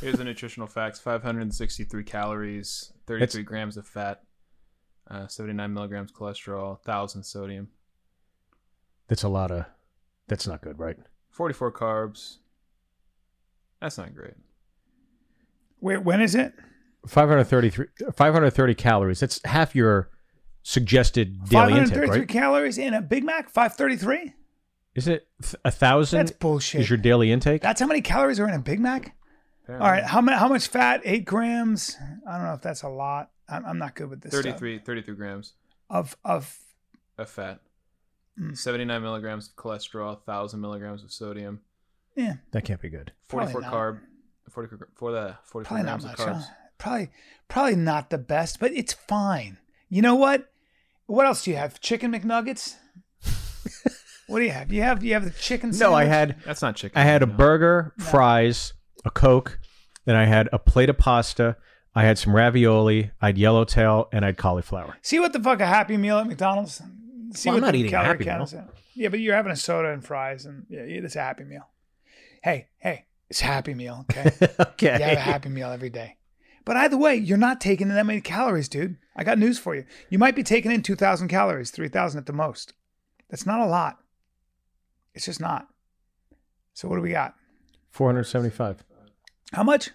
Speaker 7: Here's the nutritional facts: 563 calories, 33 grams of fat, uh, 79 milligrams cholesterol, 1,000 sodium,
Speaker 2: That's a lot of. That's not good, right?
Speaker 7: 44 carbs. That's not great.
Speaker 1: wait, when is it?
Speaker 2: 533 530 calories. That's half your suggested daily intake,
Speaker 1: 533
Speaker 2: right?
Speaker 1: calories in a Big Mac. 533.
Speaker 2: Isn't it th- a thousand?
Speaker 1: That's bullshit.
Speaker 2: Is your daily intake?
Speaker 1: That's how many calories are in a Big Mac. All
Speaker 2: Um,
Speaker 1: right, how much? How much fat? Eight grams. I don't know if that's a lot. I'm, I'm not good with this. stuff.
Speaker 7: 33, 33 grams
Speaker 1: of of
Speaker 7: of fat,
Speaker 1: Mm.
Speaker 7: 79 milligrams of cholesterol, 1,000 milligrams of sodium,
Speaker 1: yeah,
Speaker 2: That can't be good.
Speaker 1: Probably
Speaker 7: 44
Speaker 1: not.
Speaker 7: carb, 44 for the 44
Speaker 1: probably not
Speaker 7: grams of
Speaker 1: much.
Speaker 7: carbs.
Speaker 1: Huh? Probably probably not the best, but it's fine. You know what? What else do you have? Chicken McNuggets. what do you have? You have you have the chicken.
Speaker 2: No, I
Speaker 1: sandwich?
Speaker 2: had
Speaker 7: That's not chicken.
Speaker 2: I had a
Speaker 7: no.
Speaker 2: burger, fries, a coke, then I had a plate of pasta, I had some ravioli, I had yellowtail, and I had cauliflower.
Speaker 1: See what the fuck a Happy Meal at McDonald's. See
Speaker 2: Well, I'm
Speaker 1: what
Speaker 2: not
Speaker 1: the
Speaker 2: eating
Speaker 1: calorie
Speaker 2: Happy
Speaker 1: count is. Yeah, but you're having a soda and fries, and yeah, it's a Happy Meal. Hey, hey, it's a Happy Meal. Okay,
Speaker 2: okay.
Speaker 1: you have a Happy Meal every day. But either way, you're not taking in that many calories, dude. I got news for you. You might be taking in 2,000 calories, 3,000 at the most. That's not a lot. It's just not. So what do we got?
Speaker 2: 475.
Speaker 1: How much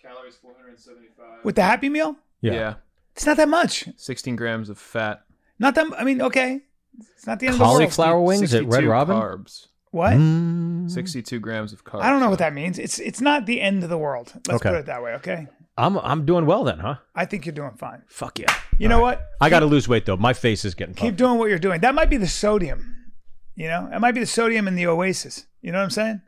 Speaker 7: Calories 475.
Speaker 1: with the Happy Meal?
Speaker 2: Yeah.
Speaker 7: yeah.
Speaker 1: It's not that much.
Speaker 7: 16 grams of fat.
Speaker 1: Not that. I mean, okay, it's not the end of the world.
Speaker 2: Cauliflower wings at
Speaker 7: 62
Speaker 2: Red Robin?
Speaker 7: Carbs.
Speaker 1: What?
Speaker 2: Mm.
Speaker 7: 62 grams of carbs.
Speaker 1: I don't know what that means. It's it's not the end of the world. Let's
Speaker 2: Okay.
Speaker 1: put it that way. Okay.
Speaker 2: I'm I'm doing well then, huh?
Speaker 1: I think you're doing fine.
Speaker 2: Fuck yeah.
Speaker 1: You know what?
Speaker 2: I got to lose weight though. My face is getting
Speaker 1: Keep
Speaker 2: puffed.
Speaker 1: doing what you're doing. That might be the sodium. You know, it might be the sodium in the oasis. You know what I'm saying?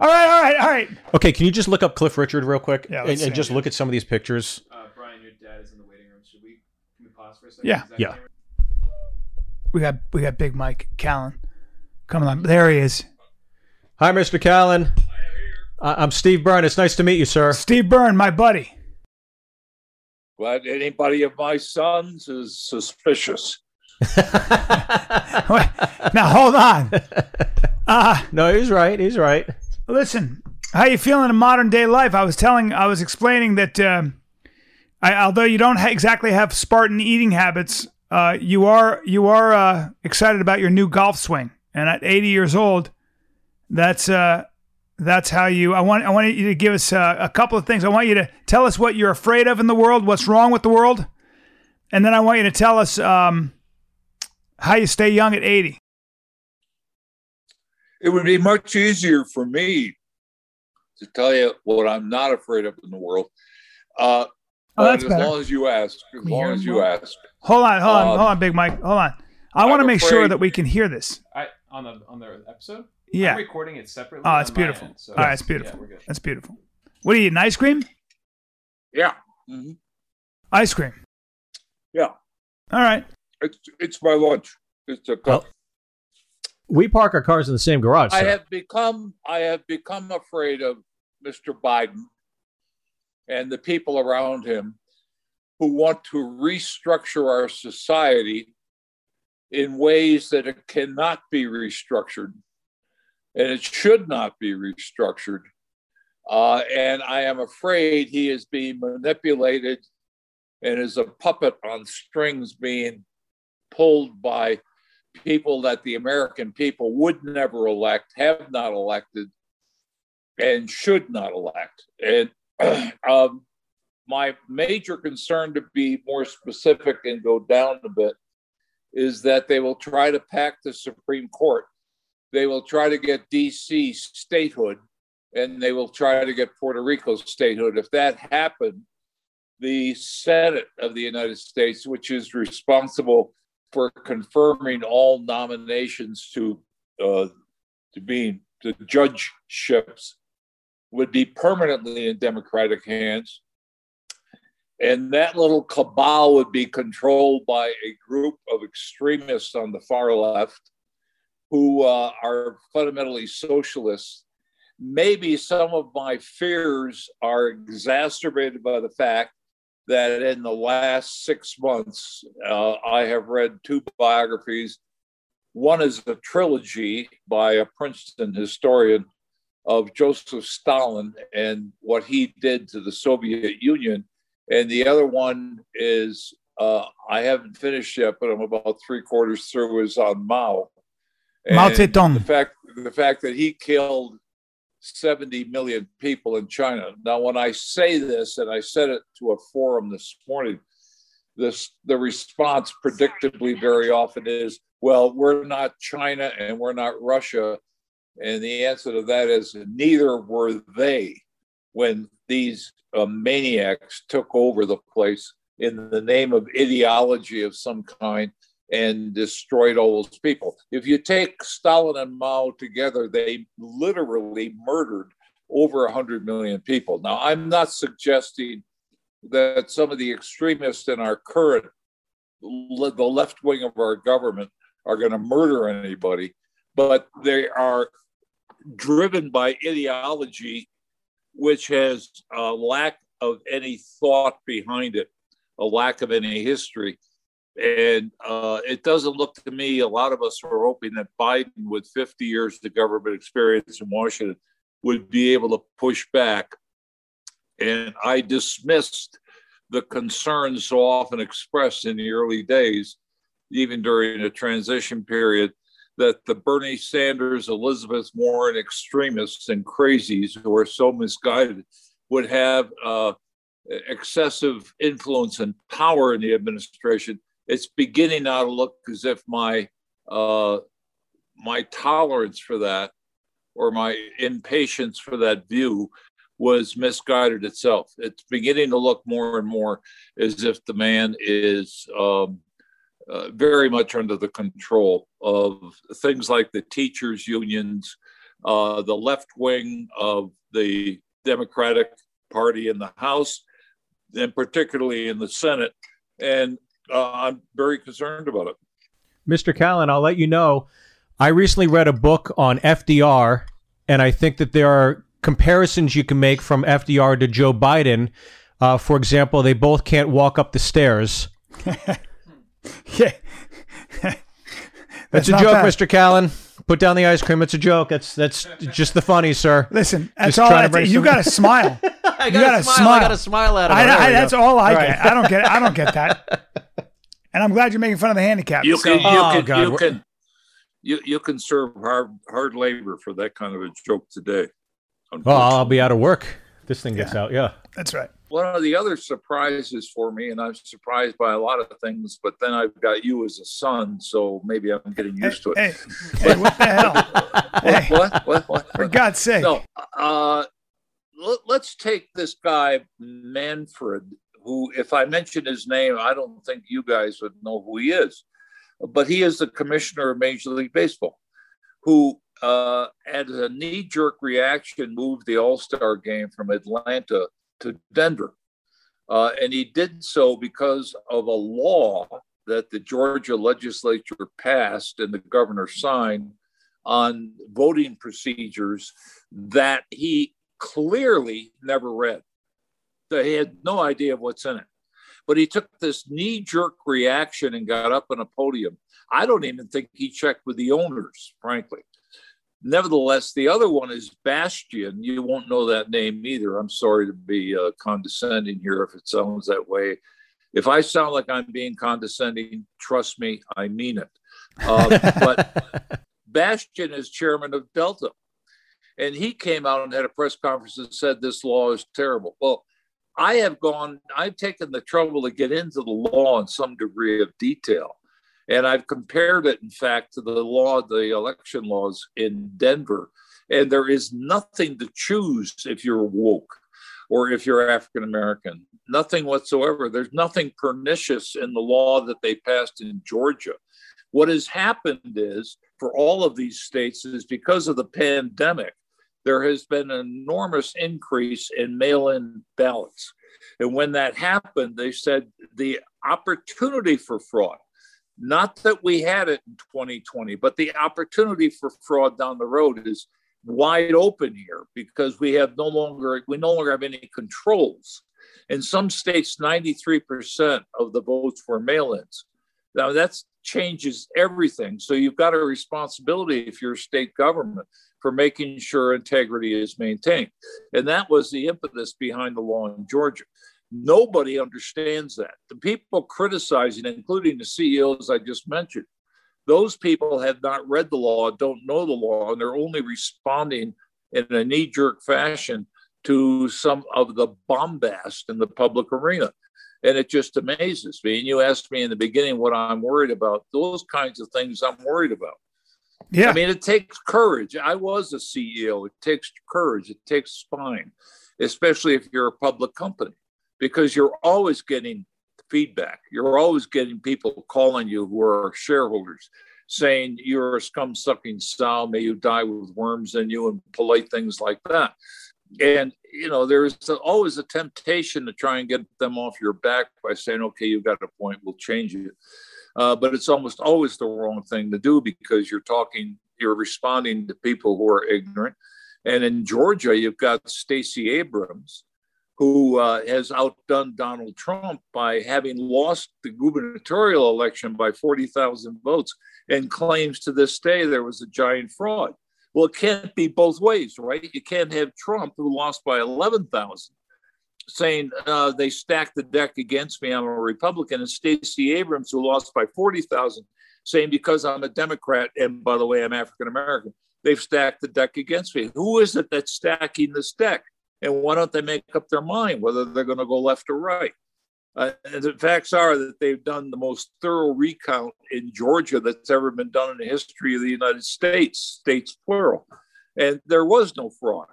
Speaker 1: All right, all right, all right.
Speaker 2: Okay, can you just look up Cliff Richard real quick
Speaker 1: Yeah,
Speaker 2: and,
Speaker 1: let's
Speaker 2: and
Speaker 1: see.
Speaker 2: just look at some of these pictures?
Speaker 7: Uh, Brian, your dad is in the waiting room. Should we, can we pause for a second?
Speaker 1: Yeah.
Speaker 7: Is that
Speaker 2: Yeah.
Speaker 1: We got we got Big Mike Callen coming on. There he is.
Speaker 2: Hi, Mr. Callen. I- I'm Steve Byrne. It's nice to meet you, sir.
Speaker 1: Steve Byrne, my buddy.
Speaker 8: Well, anybody of my sons is suspicious.
Speaker 1: Wait, now hold on. Uh
Speaker 2: no, he's right. He's right.
Speaker 1: Listen, how you feeling in modern day life? I was telling, I was explaining that um, I, although you don't ha- exactly have Spartan eating habits, uh, you are you are uh, excited about your new golf swing. And at 80 years old, that's uh, that's how you. I want I want you to give us uh, a couple of things. I want you to tell us what you're afraid of in the world, what's wrong with the world, and then I want you to tell us um, how you stay young at 80.
Speaker 8: It would be much easier for me to tell you what I'm not afraid of in the world. Uh,
Speaker 1: Oh,
Speaker 8: but
Speaker 1: that's
Speaker 8: as
Speaker 1: better.
Speaker 8: long as you ask, as
Speaker 1: we
Speaker 8: long
Speaker 1: hear
Speaker 8: as
Speaker 1: him
Speaker 8: you
Speaker 1: well?
Speaker 8: ask.
Speaker 1: Hold on, hold on,
Speaker 8: Um,
Speaker 1: hold on, Big Mike, hold on. I
Speaker 8: I'm
Speaker 1: want to make sure
Speaker 8: afraid-
Speaker 1: that we can hear this.
Speaker 7: I, on, the, on the episode?
Speaker 1: Yeah.
Speaker 7: I'm recording it separately.
Speaker 1: Oh, it's
Speaker 7: on my
Speaker 1: beautiful.
Speaker 7: end, so-
Speaker 1: All right, it's
Speaker 7: Yeah,
Speaker 1: beautiful.
Speaker 7: we're good.
Speaker 1: That's beautiful. What are you eating? Ice cream?
Speaker 8: Yeah. hmm
Speaker 1: Ice cream.
Speaker 8: Yeah.
Speaker 1: All right.
Speaker 8: It's, it's my lunch. It's a cup.
Speaker 2: We park our cars in the same garage.
Speaker 8: I
Speaker 2: sir.
Speaker 8: have become I have become afraid of Mr. Biden and the people around him who want to restructure our society in ways that it cannot be restructured and it should not be restructured. Uh, and I am afraid he is being manipulated and is a puppet on strings being pulled by people that the American people would never elect, have not elected, and should not elect. And um, my major concern, to be more specific and go down a bit, is that they will try to pack the Supreme Court. They will try to get DC statehood, and they will try to get Puerto Rico statehood. If that happened, the Senate of the United States, which is responsible for confirming all nominations to uh, to being to judgeships would be permanently in Democratic hands, and that little cabal would be controlled by a group of extremists on the far left who uh, are fundamentally socialists. Maybe some of my fears are exacerbated by the fact that in the last six months, uh, I have read two biographies. One is a trilogy by a Princeton historian of Joseph Stalin and what he did to the Soviet Union. And the other one is, uh, I haven't finished yet, but I'm about three quarters through, is on Mao.
Speaker 1: Mao
Speaker 8: And
Speaker 1: Zedong.
Speaker 8: The fact, the fact that he killed 70 million people in China. Now, when I say this, and I said it to a forum this morning, this the response predictably very often is, well, we're not China and we're not Russia. And the answer to that is neither were they when these uh, maniacs took over the place in the name of ideology of some kind and destroyed all those people. If you take Stalin and Mao together, they literally murdered over 100 million people. Now, I'm not suggesting that some of the extremists in our current, le- the left wing of our government, are going to murder anybody, but they are driven by ideology which has a uh, lack of any thought behind it, a lack of any history. And uh, it doesn't look to me, a lot of us are hoping that Biden, with 50 years of government experience in Washington, would be able to push back. And I dismissed the concerns so often expressed in the early days, even during the transition period, that the Bernie Sanders, Elizabeth Warren extremists and crazies who are so misguided would have uh, excessive influence and power in the administration. It's beginning now to look as if my uh, my tolerance for that or my impatience for that view was misguided itself. It's beginning to look more and more as if the man is um, uh, very much under the control of things like the teachers' unions, uh, the left wing of the Democratic Party in the House, and particularly in the Senate. And uh, I'm very concerned about it.
Speaker 2: Mr. Callan, I'll let you know. I recently read a book on FDR, and I think that there are comparisons you can make from FDR to Joe Biden. Uh, for example, they both can't walk up the stairs.
Speaker 1: Yeah.
Speaker 2: That's,
Speaker 1: That's
Speaker 2: a
Speaker 1: not
Speaker 2: joke,
Speaker 1: bad.
Speaker 2: Mr. Callan. Put down the ice cream. It's a joke. That's that's just the funny, sir.
Speaker 1: Listen, that's
Speaker 2: Just
Speaker 1: all.
Speaker 2: trying
Speaker 1: I,
Speaker 2: to bring
Speaker 1: you
Speaker 2: some-
Speaker 1: got to smile. gotta
Speaker 2: I
Speaker 1: gotta smile, smile. I gotta
Speaker 2: smile at
Speaker 1: I, I, that's all I
Speaker 2: right.
Speaker 1: get. I don't get. I don't get that. And I'm glad you're making fun of the handicap.
Speaker 8: You
Speaker 1: so-
Speaker 8: can,
Speaker 2: Oh,
Speaker 8: you, can,
Speaker 2: God,
Speaker 8: you,
Speaker 2: we're-
Speaker 8: can you, you can serve hard, hard labor for that kind of a joke today.
Speaker 2: Well, I'll be out of work. This thing gets out. Yeah.
Speaker 1: that's right.
Speaker 8: one of the other surprises for me, and I'm surprised by a lot of things, but then I've got you as a son, so maybe I'm getting used to it.
Speaker 1: Hey, hey, what the hell? hey.
Speaker 8: What? What? What?
Speaker 1: For God's sake.
Speaker 8: No. Uh, let, let's take this guy Manfred, who, if I mention his name, I don't think you guys would know who he is, but he is the commissioner of Major League Baseball, who, uh, as a knee-jerk reaction, moved the All-Star game from Atlanta to Denver, uh, and he did so because of a law that the Georgia legislature passed and the governor signed on voting procedures that he clearly never read. So he had no idea of what's in it. But he took this knee jerk reaction and got up on a podium. I don't even think he checked with the owners, frankly. Nevertheless, the other one is Bastion. You won't know that name either. I'm sorry to be uh, condescending here if it sounds that way. If I sound like I'm being condescending, trust me, I mean it. Uh, but Bastion is chairman of Delta. And he came out and had a press conference and said this law is terrible. Well, I have gone, I've taken the trouble to get into the law in some degree of detail. And I've compared it, in fact, to the law, the election laws in Denver. And there is nothing to choose if you're woke or if you're African American, nothing whatsoever. There's nothing pernicious in the law that they passed in Georgia. What has happened is for all of these states is because of the pandemic, there has been an enormous increase in mail in ballots. And when that happened, they said the opportunity for fraud, not that we had it in 2020, but the opportunity for fraud down the road is wide open here because we have no longer we no longer have any controls. In some states, 93% of the votes were mail-ins. Now that changes everything. So you've got a responsibility if you're a state government for making sure integrity is maintained. And that was the impetus behind the law in Georgia. Nobody understands that. The people criticizing, including the CEOs I just mentioned, those people have not read the law, don't know the law, and they're only responding in a knee jerk fashion to some of the bombast in the public arena and it just amazes me. And you asked me in the beginning what I'm worried about. Those kinds of things I'm worried about.
Speaker 1: Yeah.
Speaker 8: I mean, it takes courage. I was a CEO. It takes courage. It takes spine, especially if you're a public company, because you're always getting feedback. You're always getting people calling you who are shareholders saying you're a scum sucking sow. May you die with worms in you and polite things like that and you know there's always a temptation to try and get them off your back by saying okay you've got a point we'll change it uh, but it's almost always the wrong thing to do because you're talking you're responding to people who are ignorant and in georgia you've got stacey abrams who uh, has outdone Donald Trump by having lost the gubernatorial election by 40,000 votes and claims to this day there was a giant fraud. Well, it can't be both ways, right? You can't have Trump, who lost by 11,000, saying uh, they stacked the deck against me, I'm a Republican, and Stacey Abrams, who lost by 40,000, saying because I'm a Democrat, and by the way, I'm African American, they've stacked the deck against me. Who is it that's stacking this deck? and why don't they make up their mind whether they're going to go left or right? Uh, and the facts are that they've done the most thorough recount in Georgia that's ever been done in the history of the United States, states plural. And there was no fraud.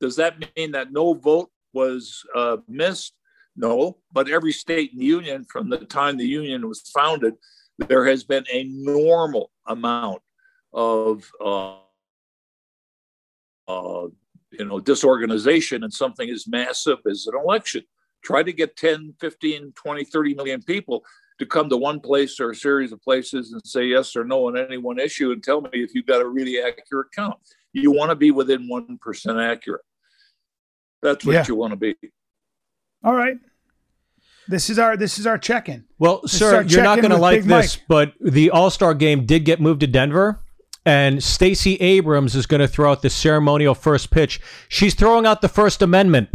Speaker 8: Does that mean that no vote was uh, missed? No, but every state in the union from the time the union was founded, there has been a normal amount of uh, you know disorganization and something as massive as an election try to get 10 15 20 30 million people to come to one place or a series of places and say yes or no on any one issue and tell me if you've got a really accurate count you want to be within 1% accurate that's what
Speaker 1: Yeah.
Speaker 8: you want to be
Speaker 1: All right. This is our this is our check-in.
Speaker 2: Well, sir,
Speaker 1: start
Speaker 2: you're not
Speaker 1: checking
Speaker 2: going to
Speaker 1: with
Speaker 2: like
Speaker 1: Big
Speaker 2: this, but the All Star game did get moved to Denver, and Stacey Abrams is going to throw out the ceremonial first pitch. She's throwing out the First Amendment.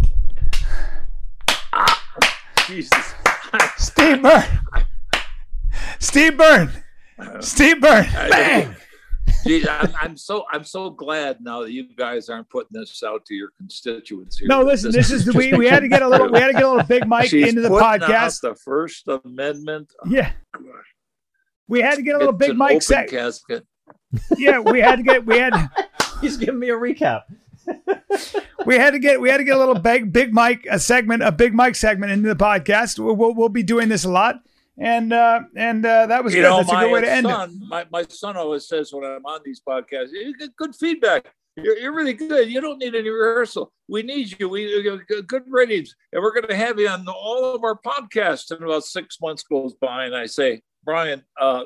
Speaker 8: jesus
Speaker 1: Steve Byrne. Steve Byrne. Steve Byrne. Bang.
Speaker 8: Gee, I'm, I'm so i'm so glad now that you guys aren't putting this out to your constituents here
Speaker 1: No, listen. This is the, we we had to get a little we had to get a little big Mike
Speaker 8: She's
Speaker 1: into the
Speaker 8: putting out
Speaker 1: podcast.
Speaker 8: the first amendment
Speaker 1: Yeah. We had to get a little
Speaker 8: It's
Speaker 1: big
Speaker 8: an
Speaker 1: Mike
Speaker 8: open
Speaker 1: sec.
Speaker 8: casket
Speaker 1: Yeah, we had to get we had
Speaker 2: He's giving me a recap.
Speaker 1: we had to get we had to get a little big big Mike a segment a big Mike segment into the podcast. We'll we'll, we'll be doing this a lot, and uh and uh that was
Speaker 8: you
Speaker 1: good.
Speaker 8: know,
Speaker 1: That's a
Speaker 8: my
Speaker 1: good way to end it.
Speaker 8: son, My, my son always says when I'm on these podcasts, you get good feedback. You're, you're really good. You don't need any rehearsal. We need you. We you got good- good ratings, and we're going to have you on all of our podcasts. And about six months goes by, and I say, Brian, uh,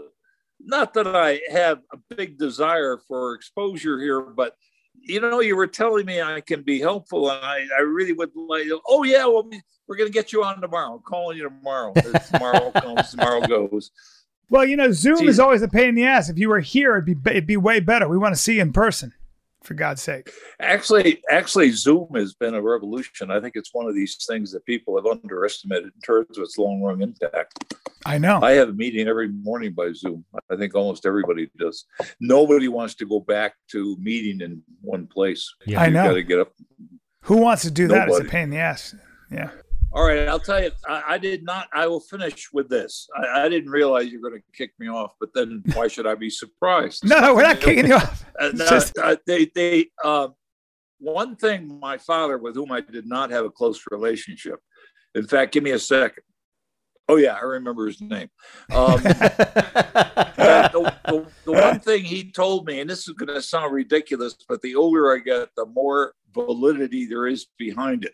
Speaker 8: not that I have a big desire for exposure here, but you know, you were telling me I can be helpful, and I, I really would like. Oh yeah, well, we- we're going to get you on tomorrow. I'm calling you tomorrow. tomorrow comes, tomorrow goes.
Speaker 1: Well, you know, Zoom is
Speaker 8: Jesus.
Speaker 1: always a pain in the ass. If you were here, it'd be be- it'd be way better. We want to see you in person, for God's sake.
Speaker 8: Actually, actually, Zoom has been a revolution. I think it's one of these things that people have underestimated in terms of its long-run impact.
Speaker 1: I know.
Speaker 8: I have a meeting every morning by Zoom. I think almost everybody does. Nobody wants to go back to meeting in one place.
Speaker 2: Yeah.
Speaker 1: I
Speaker 8: You've
Speaker 1: know.
Speaker 8: got to get up.
Speaker 1: Who wants to do that? It's
Speaker 8: Nobody.
Speaker 1: a pain in the ass. Yeah.
Speaker 8: All right, I'll tell you. I, I did not. I will finish with this. I, I didn't realize you're going to kick me off, but then why should I be surprised?
Speaker 1: No, no, we're not kicking you off.
Speaker 8: Uh, no,
Speaker 1: Just-
Speaker 8: uh, they, they, uh, one thing my father, with whom I did not have a close relationship, in fact, give me a second. Oh, yeah, I remember his name. Um, uh, the, the, the one thing he told me, and this is going to sound ridiculous, but the older I get, the more validity there is behind it.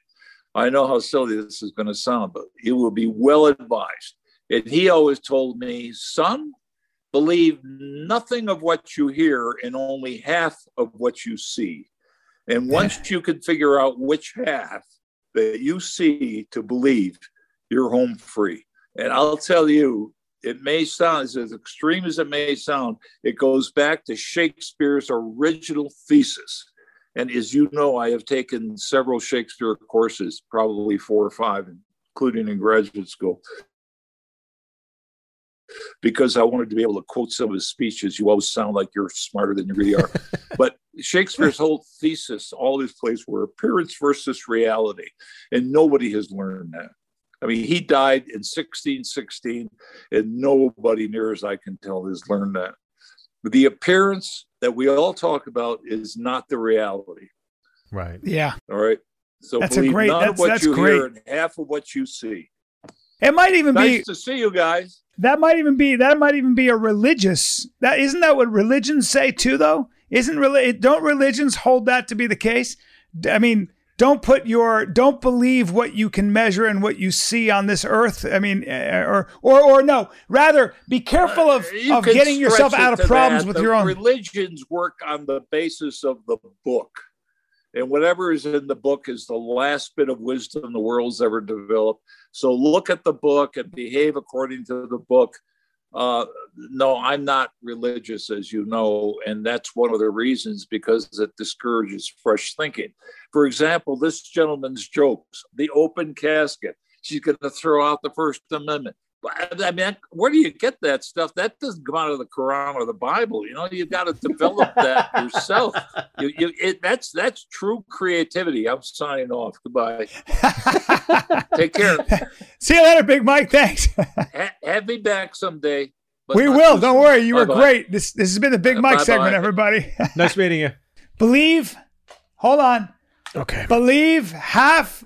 Speaker 8: I know how silly this is going to sound, but it will be well advised. And he always told me, son, believe nothing of what you hear and only half of what you see. And once you can figure out which half that you see to believe, you're home free. And I'll tell you, it may sound as extreme as it may sound, it goes back to Shakespeare's original thesis. And as you know, I have taken several Shakespeare courses, probably four or five, including in graduate school because I wanted to be able to quote some of his speeches. You always sound like you're smarter than you really are. but Shakespeare's whole thesis, all his plays were appearance versus reality. And nobody has learned that. I mean, he died in 1616, and nobody near as I can tell has learned that. But the appearance that we all talk about is not the reality.
Speaker 2: Right.
Speaker 1: Yeah.
Speaker 8: All right. So
Speaker 1: That's a
Speaker 8: believe
Speaker 1: great-
Speaker 8: none
Speaker 1: that's-
Speaker 8: of what
Speaker 1: that's
Speaker 8: you
Speaker 1: great.
Speaker 8: hear and half of what you see.
Speaker 1: It might even be
Speaker 8: Nice to see you guys.
Speaker 1: that might even be that might even be a religious that isn't that what religions say too though isn't really don't religions hold that to be the case D- i mean don't put your don't believe what you can measure and what you see on this earth i mean eh, or or or no rather be careful of
Speaker 8: Uh, You
Speaker 1: of
Speaker 8: can
Speaker 1: getting yourself
Speaker 8: stretch it
Speaker 1: out of
Speaker 8: to
Speaker 1: problems
Speaker 8: that.
Speaker 1: with
Speaker 8: The
Speaker 1: your own
Speaker 8: Religions work on the basis of the book. And whatever is in the book is the last bit of wisdom the world's ever developed. So look at the book and behave according to the book. Uh, no, I'm not religious, as you know, and that's one of the reasons because it discourages fresh thinking. For example, this gentleman's jokes, the open casket, she's going to throw out the First Amendment. I mean, where do you get that stuff? That doesn't come out of the Quran or the Bible. You know, you've got to develop that yourself. You, you, it, that's that's true creativity. I'm signing off. Goodbye. Take care.
Speaker 1: See you later, Big Mike. Thanks.
Speaker 8: Ha- have me back someday. but
Speaker 1: we
Speaker 8: not
Speaker 1: will.
Speaker 8: too
Speaker 1: Don't
Speaker 8: soon.
Speaker 1: worry. You were
Speaker 8: Bye-bye. Uh,
Speaker 1: great. This this has been the Big Mike
Speaker 8: Bye-bye.
Speaker 1: segment, everybody.
Speaker 2: Nice meeting you.
Speaker 1: Believe. Hold on.
Speaker 2: Okay.
Speaker 1: Believe half,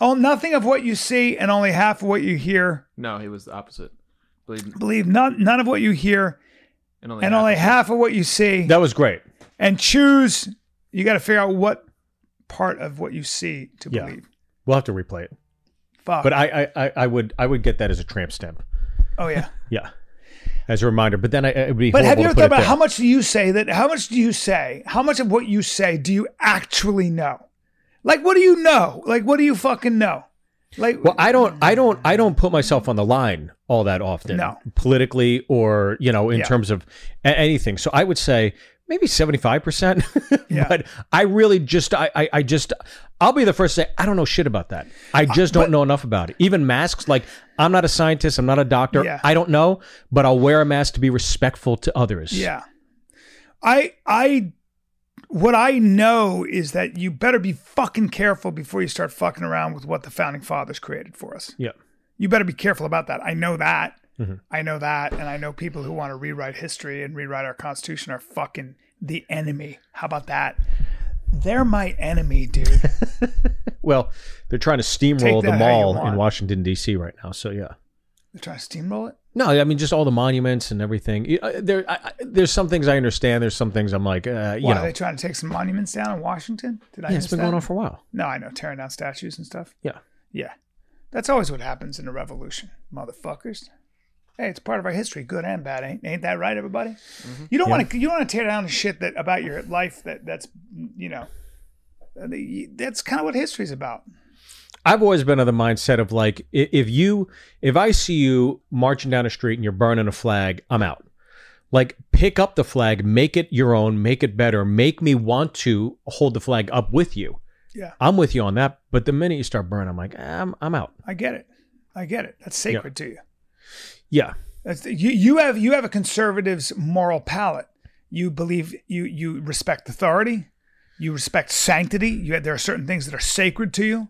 Speaker 1: oh, nothing of what you see, and only half of what you hear.
Speaker 7: No, he was the opposite. Believe
Speaker 1: Believe none none of what you hear,
Speaker 7: and only
Speaker 1: and
Speaker 7: half
Speaker 1: only
Speaker 7: of-
Speaker 1: half of what you see.
Speaker 2: That was great.
Speaker 1: and choose. You got to figure out what part of what you see to
Speaker 2: Yeah.
Speaker 1: believe.
Speaker 2: We'll have to replay it.
Speaker 1: Fuck.
Speaker 2: But I, I- I, I would I would get that as a tramp stamp.
Speaker 1: oh yeah.
Speaker 2: Yeah. As a reminder. But then I, it would be
Speaker 1: But have
Speaker 2: horrible
Speaker 1: you ever
Speaker 2: to put
Speaker 1: thought
Speaker 2: it
Speaker 1: about
Speaker 2: there.
Speaker 1: how much do you say that? How much do you say? How much of what you say do you actually know? Like, what do you know? Like, what do you fucking know? Like,
Speaker 2: Well, I don't, I don't, I don't put myself on the line all that often,
Speaker 1: No.
Speaker 2: politically or you know, in
Speaker 1: Yeah.
Speaker 2: terms of a- anything. So I would say maybe seventy five percent.
Speaker 1: Yeah.
Speaker 2: But I really just, I, I, I just, I'll be the first to say I don't know shit about that. I
Speaker 1: Uh,
Speaker 2: just don't know enough about it. Even masks, like I'm not a scientist, I'm not a doctor,
Speaker 1: Yeah.
Speaker 2: I don't know, but I'll wear a mask to be respectful to others.
Speaker 1: yeah. I, I, what I know is that you better be fucking careful before you start fucking around with what the founding fathers created for us.
Speaker 2: Yeah.
Speaker 1: you better be careful about that. I know that.
Speaker 2: Mhm.
Speaker 1: I know that. And I know people who want to rewrite history and rewrite our Constitution are fucking the enemy. How about that? They're my enemy, dude.
Speaker 2: Well, they're trying to steamroll the
Speaker 1: that how you
Speaker 2: mall in
Speaker 1: want.
Speaker 2: Washington D.C. right now. So yeah.
Speaker 1: They're trying to steamroll it.
Speaker 2: No, I mean just all the monuments and everything. You- uh, There, I, I- there's some things I understand. There's some things I'm like, uh, you
Speaker 1: Why
Speaker 2: know,
Speaker 1: are they trying to take some monuments down in Washington? Did I?
Speaker 2: yeah,
Speaker 1: miss
Speaker 2: it's been
Speaker 1: that?
Speaker 2: going on for a while.
Speaker 1: No, I know tearing down statues and stuff.
Speaker 2: Yeah.
Speaker 1: Yeah, that's always what happens in a revolution, motherfuckers. Hey, it's part of our history, good and bad. Ain't, ain't that right, everybody? You don't
Speaker 2: Mm-hmm. Yeah.
Speaker 1: want to. You don't want to tear down the shit that about your life. That that's you know, uh, the- that's kind of what history's about.
Speaker 2: I've always been of the mindset of like, i- if you, if I see you marching down a street and you're burning a flag, I'm out. Like, pick up the flag, make it your own, make it better, make me want to hold the flag up with you.
Speaker 1: Yeah.
Speaker 2: I'm with you on that. But the minute you start burning, I'm like, "Ah, I'm, I'm out.
Speaker 1: I get it. I get it. That's sacred to you.
Speaker 2: Yeah,
Speaker 1: That's, you you have you have a conservative's moral palate. You believe you you respect authority. You respect sanctity. You there are certain things that are sacred to you.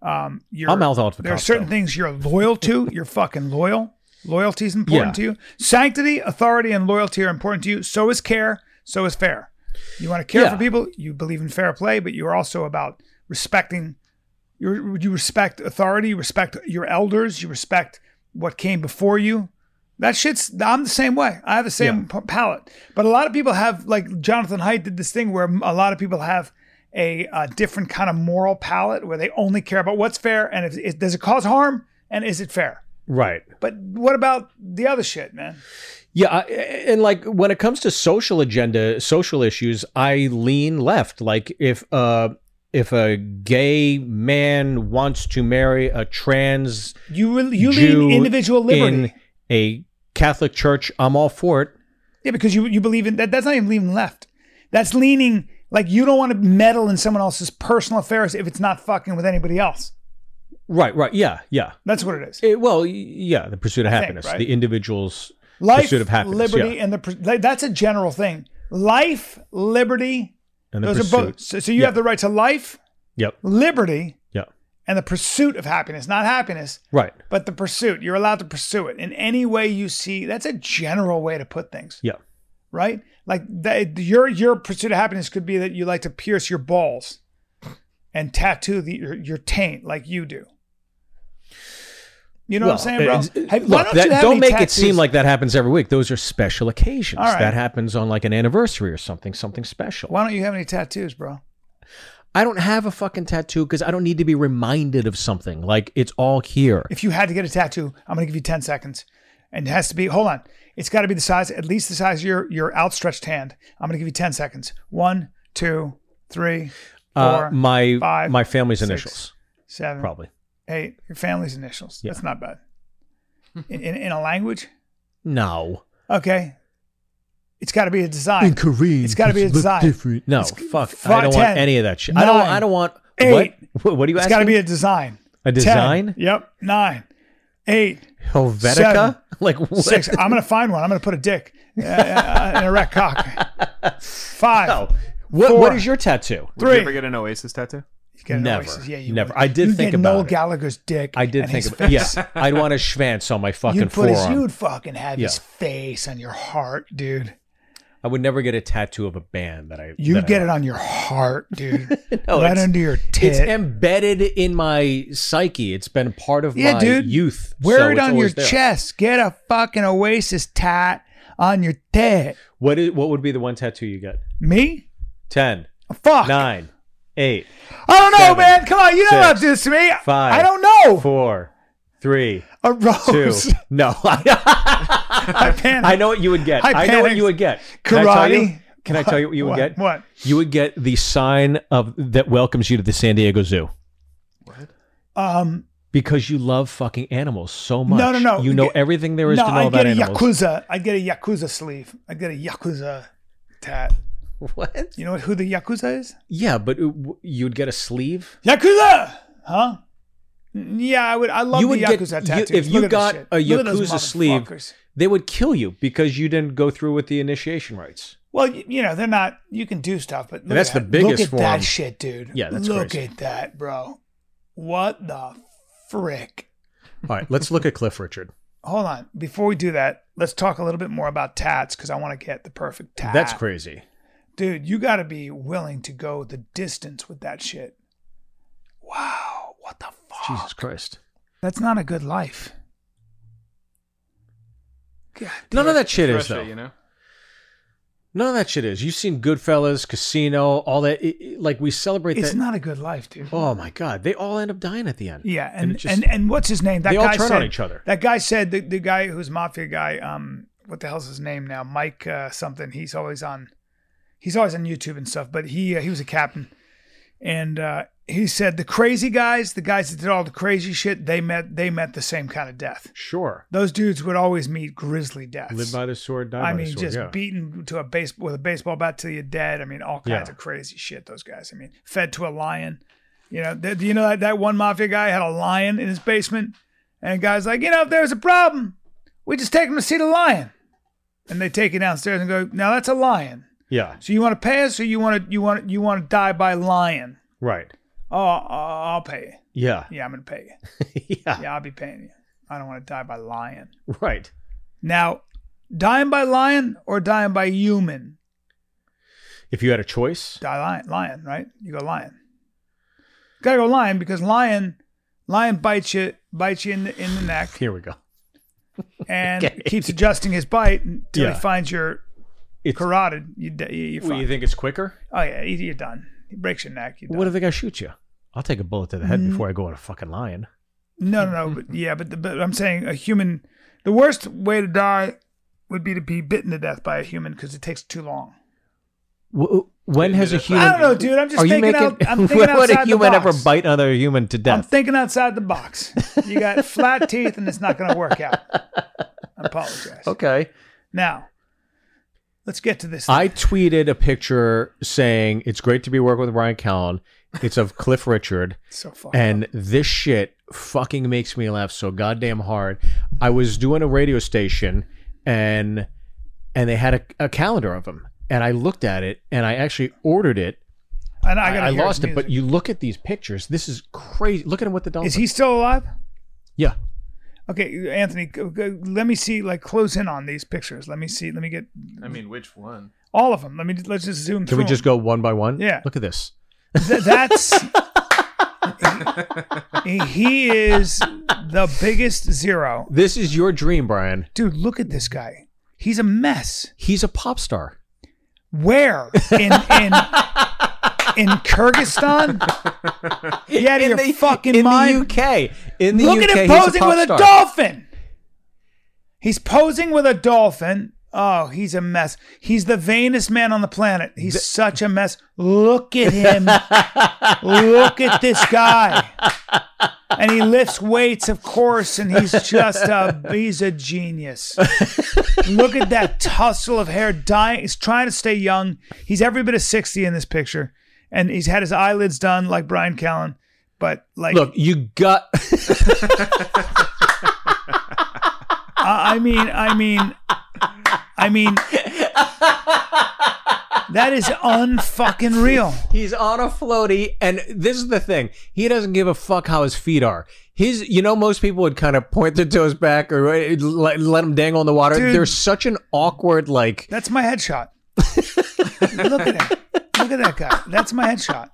Speaker 1: Um, you're,
Speaker 2: I'm out all the
Speaker 1: There are certain things you're loyal to. You're fucking loyal. Loyalty is important
Speaker 2: Yeah.
Speaker 1: to you. Sanctity, authority, and loyalty are important to you. So is care. So is fair. You want to care
Speaker 2: Yeah.
Speaker 1: for people. You believe in fair play, but you're also about respecting. You you respect authority. You respect your elders. You respect what came before you. That shit's. I'm the same way. I have the same p- palate. But a lot of people have, like Jonathan Haidt did this thing where a lot of people have a, uh different kind of moral palate where they only care about what's fair and if, if does it cause harm and is it fair.
Speaker 2: Right.
Speaker 1: But what about the other shit, man?
Speaker 2: Yeah, I- and like when it comes to social agenda, social issues, I lean left. Like if uh if a gay man wants to marry a trans
Speaker 1: You re- you
Speaker 2: Jew
Speaker 1: lean individual liberty.
Speaker 2: in a Catholic church, I'm all for it.
Speaker 1: yeah, because you you believe in that. That's not even leaning left. That's leaning like you don't want to meddle in someone else's personal affairs if it's not fucking with anybody else.
Speaker 2: Right, right. Yeah, yeah.
Speaker 1: That's what it is.
Speaker 2: Eh, well, y- yeah, the pursuit of
Speaker 1: think,
Speaker 2: happiness,
Speaker 1: right?
Speaker 2: the individual's
Speaker 1: Life,
Speaker 2: pursuit of happiness,
Speaker 1: liberty,
Speaker 2: yeah.
Speaker 1: and the pr- like, that's a general thing. Life, liberty.
Speaker 2: and the
Speaker 1: Those
Speaker 2: pursuit.
Speaker 1: are both. So, so you
Speaker 2: Yeah.
Speaker 1: have the right to life,
Speaker 2: Yep.
Speaker 1: liberty,
Speaker 2: Yeah.
Speaker 1: and the pursuit of happiness. Not happiness,
Speaker 2: Right.
Speaker 1: but the pursuit. You're allowed to pursue it in any way you see. That's a general way to put things.
Speaker 2: Yeah.
Speaker 1: Right? Like that, your your pursuit of happiness could be that you like to pierce your balls and tattoo the, your your taint like you do. You know
Speaker 2: Well,
Speaker 1: what I'm saying, bro?
Speaker 2: it's-
Speaker 1: Hey,
Speaker 2: look, that-
Speaker 1: have
Speaker 2: don't
Speaker 1: any
Speaker 2: make
Speaker 1: tattoos?
Speaker 2: it seem like that happens every week. Those are special occasions.
Speaker 1: All right.
Speaker 2: That happens on like an anniversary or something, something special.
Speaker 1: Why don't you have any tattoos, bro?
Speaker 2: I don't have a fucking tattoo because I don't need to be reminded of something. Like it's all here.
Speaker 1: if you had to get a tattoo, I'm gonna give you 10 seconds. And it has to be, hold on. It's gotta be the size, at least the size of your your outstretched hand. I'm gonna give you 10 seconds. One, two, three,
Speaker 2: uh,
Speaker 1: Four,
Speaker 2: my
Speaker 1: five,
Speaker 2: my family's
Speaker 1: six.
Speaker 2: initials,
Speaker 1: Seven,
Speaker 2: probably.
Speaker 1: eight, your family's initials.
Speaker 2: Yeah.
Speaker 1: That's not bad. In, in, in a language?
Speaker 2: No,
Speaker 1: Okay. It's got to be a design.
Speaker 2: Korean,
Speaker 1: It's gotta be a
Speaker 2: look
Speaker 1: design.
Speaker 2: Different. No, fuck. I
Speaker 1: five,
Speaker 2: don't
Speaker 1: ten,
Speaker 2: want any of that shit. I don't.
Speaker 1: nine,
Speaker 2: I don't want.
Speaker 1: eight.
Speaker 2: What? What- What are you
Speaker 1: It's
Speaker 2: asking?
Speaker 1: got to be a design.
Speaker 2: a design.
Speaker 1: Ten. Yep. Nine, eight,
Speaker 2: Helvetica.
Speaker 1: Seven.
Speaker 2: Like what?
Speaker 1: six. I'm gonna find one. I'm gonna put a dick uh, uh, in a red cock. Five.
Speaker 2: No. What?
Speaker 1: Four.
Speaker 2: What is your tattoo?
Speaker 7: Would you ever
Speaker 1: Three.
Speaker 7: get an Oasis tattoo?
Speaker 1: You get an
Speaker 2: Never.
Speaker 1: Oasis. Yeah, you
Speaker 2: Never.
Speaker 1: would.
Speaker 2: I did
Speaker 1: You'd
Speaker 2: think
Speaker 1: get Noel
Speaker 2: about it.
Speaker 1: Gallagher's dick.
Speaker 2: I did
Speaker 1: and
Speaker 2: think
Speaker 1: his
Speaker 2: about.
Speaker 1: face.
Speaker 2: Yes, I'd want a schvance on my fucking
Speaker 1: You'd put his,
Speaker 2: forearm.
Speaker 1: you'd fucking have his
Speaker 2: Yeah.
Speaker 1: face on your heart, dude.
Speaker 2: I would never get a tattoo of a band that I.
Speaker 1: You'd
Speaker 2: that
Speaker 1: get
Speaker 2: I,
Speaker 1: it on your heart, dude.
Speaker 2: No,
Speaker 1: right
Speaker 2: it's-
Speaker 1: under your tit.
Speaker 2: It's embedded in my psyche. It's been part of
Speaker 1: Yeah,
Speaker 2: my
Speaker 1: dude.
Speaker 2: youth.
Speaker 1: Wear
Speaker 2: so
Speaker 1: it
Speaker 2: it's
Speaker 1: on your
Speaker 2: always there.
Speaker 1: chest. Get a fucking Oasis tat on your tit.
Speaker 2: What is? What would be the one tattoo you get?
Speaker 1: Me?
Speaker 2: Ten,
Speaker 1: Fuck.
Speaker 2: nine, eight,
Speaker 1: I don't know,
Speaker 2: Seven.
Speaker 1: man. Come on, you know
Speaker 2: Six.
Speaker 1: how to do this to me.
Speaker 2: Five.
Speaker 1: I don't know.
Speaker 2: four, three,
Speaker 1: a
Speaker 2: two.
Speaker 1: rose.
Speaker 2: No, I,
Speaker 1: I panicked.
Speaker 2: know what you would get.
Speaker 1: I
Speaker 2: I, know what
Speaker 1: panicked.
Speaker 2: you would get. Can I tell you,
Speaker 1: Karate.
Speaker 2: can I tell you what you would
Speaker 1: What?
Speaker 2: get?
Speaker 1: What?
Speaker 2: You would get the sign of that welcomes you to the San Diego Zoo
Speaker 1: Um,
Speaker 2: because you love fucking animals so much.
Speaker 1: no, no.
Speaker 2: You know
Speaker 1: Get-
Speaker 2: everything there is
Speaker 1: no,
Speaker 2: to know
Speaker 1: I'd
Speaker 2: about
Speaker 1: get a
Speaker 2: animals.
Speaker 1: yakuza. I'd get a yakuza sleeve. I'd get a yakuza tat.
Speaker 2: What?
Speaker 1: You know who the yakuza is?
Speaker 2: Yeah, but it w- you'd get a sleeve.
Speaker 1: Yakuza, huh? Yeah, I would. I love
Speaker 2: You
Speaker 1: the
Speaker 2: would get-
Speaker 1: yakuza
Speaker 2: you-
Speaker 1: tattoos.
Speaker 2: if you
Speaker 1: Look at this
Speaker 2: got
Speaker 1: shit.
Speaker 2: a
Speaker 1: Look at those
Speaker 2: Yakuza sleeve-
Speaker 1: motherfuckers.
Speaker 2: They would kill you because you didn't go through with the initiation rites.
Speaker 1: Well, y- you know they're not. You can do stuff, but look
Speaker 2: that's
Speaker 1: at
Speaker 2: the
Speaker 1: that.
Speaker 2: biggest
Speaker 1: Look at that
Speaker 2: form.
Speaker 1: shit, dude.
Speaker 2: Yeah, that's
Speaker 1: look
Speaker 2: crazy.
Speaker 1: at that, bro. What the frick?
Speaker 2: All right, let's look at Cliff Richard.
Speaker 1: Hold on. Before we do that, let's talk a little bit more about tats because I want to get the perfect tat.
Speaker 2: That's crazy.
Speaker 1: dude. You got to be willing to go the distance with that shit. Wow, what the fuck?
Speaker 2: Jesus Christ.
Speaker 1: That's not a good life. God,
Speaker 2: None of that shit is
Speaker 7: Russia,
Speaker 2: though.
Speaker 7: you know.
Speaker 2: None of that shit is. You've seen Goodfellas, Casino, all that. It- it- like we celebrate
Speaker 1: it's
Speaker 2: that.
Speaker 1: not a good life, dude.
Speaker 2: oh my God, they all end up dying at the end.
Speaker 1: Yeah,
Speaker 2: And
Speaker 1: and
Speaker 2: it just-
Speaker 1: and and what's his name? That
Speaker 2: they all
Speaker 1: guy
Speaker 2: turn
Speaker 1: said,
Speaker 2: on each other.
Speaker 1: That guy said the, the guy who's mafia guy. Um, what the hell's his name now? Mike uh, something. He's always on. He's always on YouTube and stuff. But he uh, he was a captain, and uh, he said the crazy guys, the guys that did all the crazy shit, they met they met the same kind of death.
Speaker 2: Sure,
Speaker 1: Those dudes would always meet grisly deaths.
Speaker 2: live by the sword, die
Speaker 1: I
Speaker 2: by
Speaker 1: mean,
Speaker 2: the sword.
Speaker 1: just
Speaker 2: yeah.
Speaker 1: beaten to a base with a baseball bat till you're dead. I mean, all kinds
Speaker 2: Yeah.
Speaker 1: of crazy shit. Those guys. I mean, fed to a lion. You know, th- you know that, that one mafia guy had a lion in his basement, and the guy's like, you know, if there's a problem, we just take him to see the lion, and they take it downstairs and go, now that's a lion.
Speaker 2: yeah,
Speaker 1: So you want to pay us, or you want to you want you want to die by lion?
Speaker 2: right.
Speaker 1: Oh, I- I'll pay
Speaker 2: Yeah,
Speaker 1: you. Yeah, I'm gonna pay you.
Speaker 2: yeah,
Speaker 1: Yeah, I'll be paying you. I don't want to die by lion.
Speaker 2: right.
Speaker 1: Now, dying by lion or dying by human?
Speaker 2: If you had a choice,
Speaker 1: die lion, lion, right? You go lion. Gotta go lion because lion, lion bites you, bites you in the in the neck,
Speaker 2: here we go.
Speaker 1: and
Speaker 2: Okay.
Speaker 1: keeps adjusting his bite until
Speaker 2: Yeah.
Speaker 1: he finds your
Speaker 2: It's-
Speaker 1: carotid. You, d- you- you're
Speaker 2: Well,
Speaker 1: fine.
Speaker 2: you think it's quicker?
Speaker 1: oh yeah, you- you're done. He breaks your neck. You're done.
Speaker 2: What if the guy shoots you? I'll take a bullet to the head before I go at a fucking lion.
Speaker 1: no, no, no. But yeah, but the, but I'm saying a human. The worst way to die would be to be bitten to death by a human because it takes too long.
Speaker 2: W- When has a human?
Speaker 1: I don't know, dude. I'm just
Speaker 2: Are you
Speaker 1: thinking.
Speaker 2: making?
Speaker 1: out, I'm thinking
Speaker 2: when would
Speaker 1: outside
Speaker 2: a human
Speaker 1: the
Speaker 2: ever
Speaker 1: box.
Speaker 2: bite another human to
Speaker 1: I'm
Speaker 2: death?
Speaker 1: thinking outside the box. You got flat teeth and it's not going to work out. I apologize.
Speaker 2: okay.
Speaker 1: Now, let's get to this.
Speaker 2: I tweeted a picture saying it's great to be working with Ryan Callen. It's of Cliff Richard,
Speaker 1: so far.
Speaker 2: and this shit fucking makes me laugh so goddamn hard. I was doing a radio station, and and they had a, a calendar of them, and I looked at it, and I actually ordered it.
Speaker 1: and I,
Speaker 2: I,
Speaker 1: gotta
Speaker 2: I
Speaker 1: hear his
Speaker 2: lost it, but
Speaker 1: music.
Speaker 2: you look at these pictures. This is crazy. Look at him with the dolphin.
Speaker 1: is he still alive?
Speaker 2: Yeah.
Speaker 1: Okay, Anthony, go- go- let me see. Like, close in on these pictures. Let me see. Let me get
Speaker 7: I mean, which one?
Speaker 1: all of them. Let me. Let's just zoom.
Speaker 2: Can we just go one by one?
Speaker 1: Yeah.
Speaker 2: Look at this.
Speaker 1: that's. he, he is the biggest zero,
Speaker 2: This is your dream, Brian.
Speaker 1: dude. Look at this guy. He's a mess.
Speaker 2: He's a pop star.
Speaker 1: Where in in in Kyrgyzstan? Get out of your fucking
Speaker 2: in
Speaker 1: mind.
Speaker 2: the UK. In the
Speaker 1: Look at
Speaker 2: UK,
Speaker 1: him
Speaker 2: he's a
Speaker 1: posing
Speaker 2: pop
Speaker 1: with a
Speaker 2: star.
Speaker 1: dolphin. He's posing with a dolphin. Oh, he's a mess. He's the vainest man on the planet. He's such a mess. Look at him. Look at this guy. And he lifts weights, of course, and he's just a he's a genius. Look at that tussle of hair dying. He's trying to stay young. He's every bit of 60 in this picture. And he's had his eyelids done like Brian Callen. But like
Speaker 2: Look, you got.
Speaker 1: I I mean, I mean, I mean, that is unfucking real.
Speaker 2: He's on a floaty, and this is the thing. He doesn't give a fuck how his feet are. His, you know, most people would kind of point their toes back or uh, let, let them dangle in the water.
Speaker 1: Dude.
Speaker 2: They're such an awkward, like,
Speaker 1: That's my headshot. Look at him. Look at that guy. That's my headshot.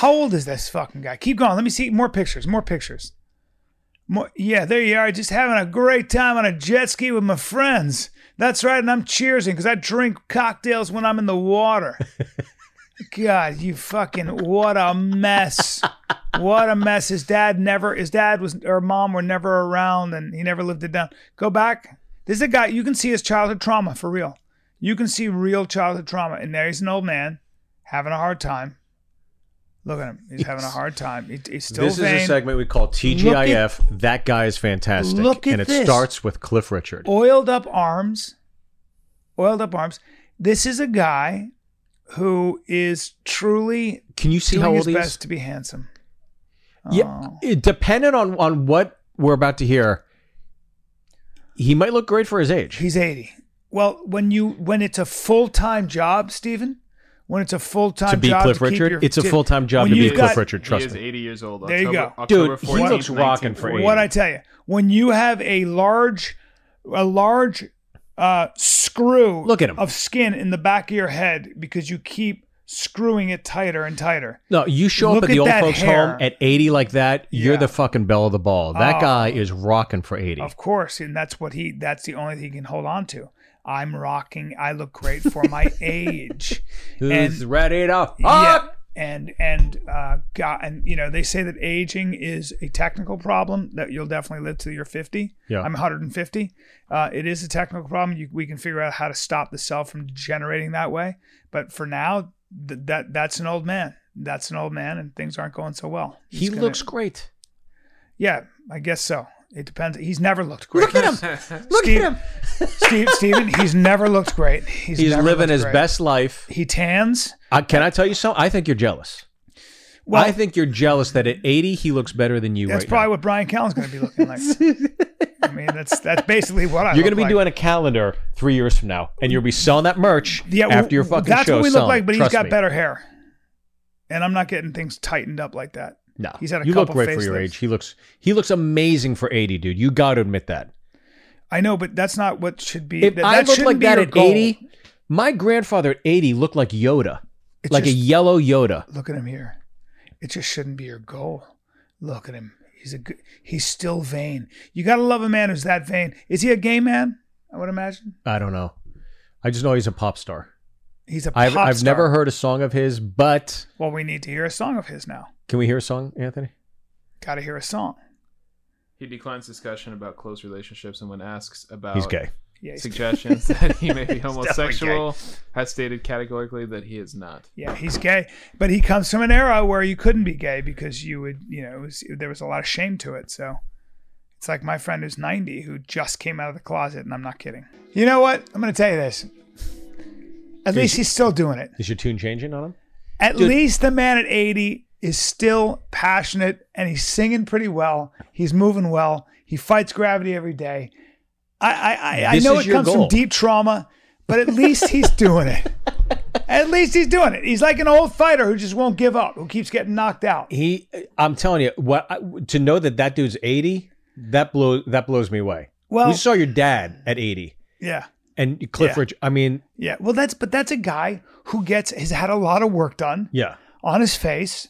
Speaker 1: How old is this fucking guy? Keep going. Let me see more pictures. More pictures. More, yeah, there you are. Just having a great time on a jet ski with my friends. That's right. And I'm cheersing because I drink cocktails when I'm in the water. God, you fucking what a mess. What a mess. His dad never his dad was or mom were never around and he never lived it down. Go back. This is a guy you can see his childhood trauma for real. You can see real childhood trauma. And there he's an old man having a hard time. Look at him. He's having a hard time. He- he's still
Speaker 2: this
Speaker 1: vain.
Speaker 2: is a segment we call TGIF. that guy is fantastic.
Speaker 1: Look at
Speaker 2: and it
Speaker 1: this.
Speaker 2: starts with Cliff Richard.
Speaker 1: oiled up arms, oiled up arms. This is a guy who is truly
Speaker 2: Can you see
Speaker 1: doing
Speaker 2: how old
Speaker 1: his
Speaker 2: he is?
Speaker 1: best to be handsome.
Speaker 2: Yeah, it, dependent on on what we're about to hear, he might look great for his age.
Speaker 1: He's 80. Well, when you when it's a full-time job, Stephen, when it's a full-time
Speaker 2: to be
Speaker 1: job
Speaker 2: Cliff
Speaker 1: keep
Speaker 2: Richard,
Speaker 1: your-
Speaker 2: it's a
Speaker 1: to-
Speaker 2: full-time job
Speaker 1: when
Speaker 2: to be
Speaker 1: you've
Speaker 2: Cliff
Speaker 1: got-
Speaker 2: Richard.
Speaker 7: he
Speaker 2: Trust
Speaker 7: is
Speaker 2: me.
Speaker 7: 80 years old.
Speaker 1: There you
Speaker 7: October,
Speaker 1: go.
Speaker 2: Dude,
Speaker 7: October
Speaker 2: he
Speaker 7: 14th,
Speaker 1: looks
Speaker 2: rocking for 80.
Speaker 1: What I tell you, when you have a large a large uh, screw
Speaker 2: Look at him.
Speaker 1: of skin in the back of your head because you keep screwing it tighter and tighter.
Speaker 2: No, you show up
Speaker 1: Look
Speaker 2: at
Speaker 1: at
Speaker 2: the old
Speaker 1: that
Speaker 2: folks'
Speaker 1: hair.
Speaker 2: home at 80 like that, you're
Speaker 1: Yeah.
Speaker 2: the fucking belle of the ball. That
Speaker 1: Oh.
Speaker 2: guy is rocking for 80.
Speaker 1: Of course, and that's what he that's the only thing he can hold on to. I'm rocking. I look great for my age.
Speaker 2: Who's ready to
Speaker 1: Yeah.
Speaker 2: fuck?
Speaker 1: And and uh, God, and you know they say that aging is a technical problem that you'll definitely live till you're 50.
Speaker 2: Yeah.
Speaker 1: I'm 150. Uh, it is a technical problem. You, we can figure out how to stop the cell from degenerating that way. But for now, th- that that's an old man. That's an old man, and things aren't going so well.
Speaker 2: He
Speaker 1: He's gonna-
Speaker 2: looks great.
Speaker 1: Yeah, I guess so. It depends. He's never looked great.
Speaker 2: Look at him. Look
Speaker 1: Steve-
Speaker 2: at him.
Speaker 1: Steve, Steven, he's never looked great. He's,
Speaker 2: He's
Speaker 1: never
Speaker 2: living
Speaker 1: looked
Speaker 2: his
Speaker 1: great.
Speaker 2: best life.
Speaker 1: He tans.
Speaker 2: Uh, can I tell you something? I think you're jealous.
Speaker 1: Well,
Speaker 2: I think you're jealous that at 80 he looks better than you
Speaker 1: that's
Speaker 2: right
Speaker 1: probably
Speaker 2: now.
Speaker 1: what Brian Callen's going to be looking like. I mean, that's that's basically what I.
Speaker 2: You're
Speaker 1: going to
Speaker 2: be doing a calendar three years from now, and you'll be selling that merch after your fucking
Speaker 1: That's
Speaker 2: show.
Speaker 1: what we
Speaker 2: selling
Speaker 1: look like,
Speaker 2: it.
Speaker 1: but he's
Speaker 2: Trust
Speaker 1: got
Speaker 2: me.
Speaker 1: better hair. And I'm not getting things tightened up like that.
Speaker 2: No,
Speaker 1: He's had a
Speaker 2: you look
Speaker 1: couple
Speaker 2: great for your
Speaker 1: facelifts.
Speaker 2: age. He looks he looks amazing for 80, dude. You got to admit that.
Speaker 1: I know, but that's not what should be.
Speaker 2: If
Speaker 1: that,
Speaker 2: I
Speaker 1: that
Speaker 2: looked
Speaker 1: shouldn't
Speaker 2: like
Speaker 1: be
Speaker 2: that
Speaker 1: your
Speaker 2: at
Speaker 1: goal.
Speaker 2: 80, my grandfather at 80 looked like Yoda,
Speaker 1: It's
Speaker 2: like a
Speaker 1: just-
Speaker 2: yellow Yoda.
Speaker 1: look at him here. It just shouldn't be your goal. Look at him. He's a good, he's still vain. You got to love a man who's that vain. Is he a gay man? I would imagine.
Speaker 2: I don't know. I just know he's a pop star.
Speaker 1: He's a pop
Speaker 2: I've I've
Speaker 1: star.
Speaker 2: never heard a song of his, but
Speaker 1: Well, we need to hear a song of his now.
Speaker 2: can we hear a song, Anthony?
Speaker 1: Got to hear a song.
Speaker 7: He declines discussion about close relationships and when asked about
Speaker 2: He's gay.
Speaker 1: Yeah, he's,
Speaker 7: suggestions that he may
Speaker 2: definitely
Speaker 7: be
Speaker 2: gay.
Speaker 7: homosexual, has stated categorically that he is not.
Speaker 1: yeah, he's gay, but he comes from an era where you couldn't be gay because you would, you know, it was, there was a lot of shame to it. So it's like my friend who's 90 who just came out of the closet, and I'm not kidding. You know what? I'm going to tell you this. At least he's still doing it.
Speaker 2: Is your tune changing on him?
Speaker 1: At least the man at 80 is still passionate and he's singing pretty well. He's moving well. He fights gravity every day. I I, I, I
Speaker 2: This
Speaker 1: know
Speaker 2: is
Speaker 1: it
Speaker 2: your
Speaker 1: comes
Speaker 2: goal.
Speaker 1: from deep trauma, but at least he's doing it. At least he's doing it. He's like an old fighter who just won't give up, who keeps getting knocked out.
Speaker 2: He, I'm telling you, what I, to know that that dude's 80, that blows that blows me away.
Speaker 1: Well-
Speaker 2: we saw your dad at 80,
Speaker 1: Yeah.
Speaker 2: and Cliff
Speaker 1: Yeah.
Speaker 2: Rich. I mean,
Speaker 1: Yeah. Well, that's but that's a guy who gets has had a lot of work done.
Speaker 2: yeah.
Speaker 1: on his face.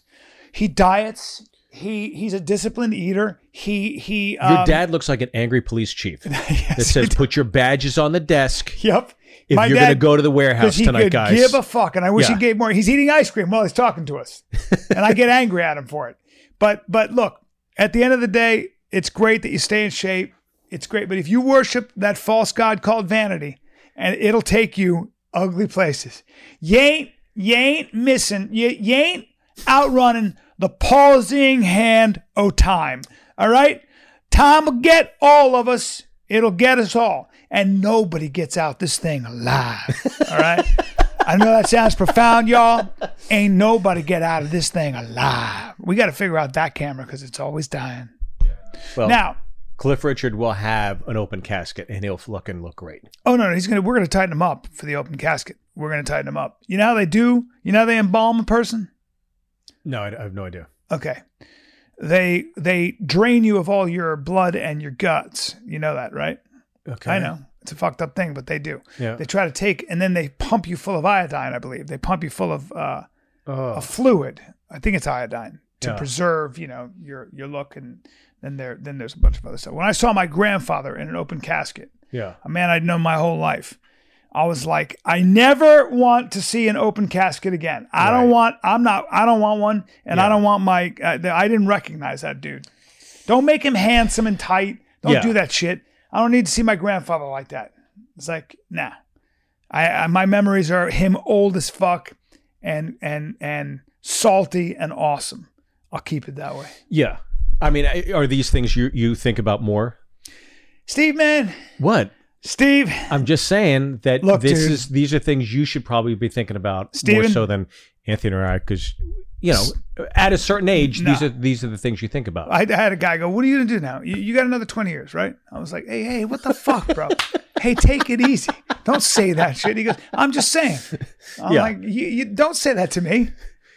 Speaker 1: He diets. He he's a disciplined eater. He he. Um,
Speaker 2: Your dad looks like an angry police chief that says, "Put your badges on the desk
Speaker 1: Yep.
Speaker 2: if
Speaker 1: My
Speaker 2: you're
Speaker 1: dad-
Speaker 2: going to go to the warehouse
Speaker 1: Because he
Speaker 2: tonight,
Speaker 1: could
Speaker 2: guys."
Speaker 1: give a fuck, and I wish
Speaker 2: Yeah.
Speaker 1: he gave more. He's eating ice cream while he's talking to us, and I get angry at him for it. But but look, at the end of the day, it's great that you stay in shape. It's great, but if you worship that false god called vanity, and it'll take you ugly places. You ain't you ain't missing you, you ain't outrunning the palsying hand o' time. All right? Time will get all of us. It'll get us all. And nobody gets out this thing alive. All right? I know that sounds profound, y'all. Ain't nobody get out of this thing alive. We got to figure out that camera because it's always dying.
Speaker 2: Well,
Speaker 1: Now,
Speaker 2: Cliff Richard will have an open casket and he'll fucking look great.
Speaker 1: Oh no, no, he's gonna. We're gonna tighten him up for the open casket. We're gonna tighten him up. You know how they do? You know how they embalm a person?
Speaker 2: No, I, I have no idea.
Speaker 1: Okay, they they drain you of all your blood and your guts. You know that, right?
Speaker 2: Okay,
Speaker 1: I know it's a fucked up thing, but they do.
Speaker 2: Yeah.
Speaker 1: They try to take and then they pump you full of iodine. I believe they pump you full of uh, a
Speaker 2: Oh,
Speaker 1: fluid. I think it's iodine to
Speaker 2: Yeah.
Speaker 1: preserve, you know, your your look and then there then there's a bunch of other stuff. When I saw my grandfather in an open casket,
Speaker 2: yeah.
Speaker 1: a man I'd known my whole life. I was like, I never want to see an open casket again. I don't
Speaker 2: Right.
Speaker 1: want. I'm not. I don't want one, and I
Speaker 2: Yeah.
Speaker 1: don't want my. Uh, the- I didn't recognize that dude. Don't make him handsome and tight. Don't
Speaker 2: Yeah.
Speaker 1: do that shit. I don't need to see my grandfather like that. It's like, nah. I, I my memories are him old as fuck, and and and salty and awesome. I'll keep it that way.
Speaker 2: Yeah. I mean, I- are these things you, you think about more?
Speaker 1: Steve, man,
Speaker 2: What?
Speaker 1: Steve.
Speaker 2: I'm just saying that
Speaker 1: Look,
Speaker 2: this
Speaker 1: dude.
Speaker 2: is these are things you should probably be thinking about more
Speaker 1: Steven.
Speaker 2: so than Anthony or I, because you know, at a certain age,
Speaker 1: No.
Speaker 2: these are these are the things you think about.
Speaker 1: I, I had a guy go, "What are you gonna do now? You, you got another twenty years, right?" I was like, "Hey, hey, what the fuck, bro? hey, take it easy. Don't say that shit." He goes, "I'm just saying." I'm
Speaker 2: Yeah.
Speaker 1: like, you, "You don't say that to me."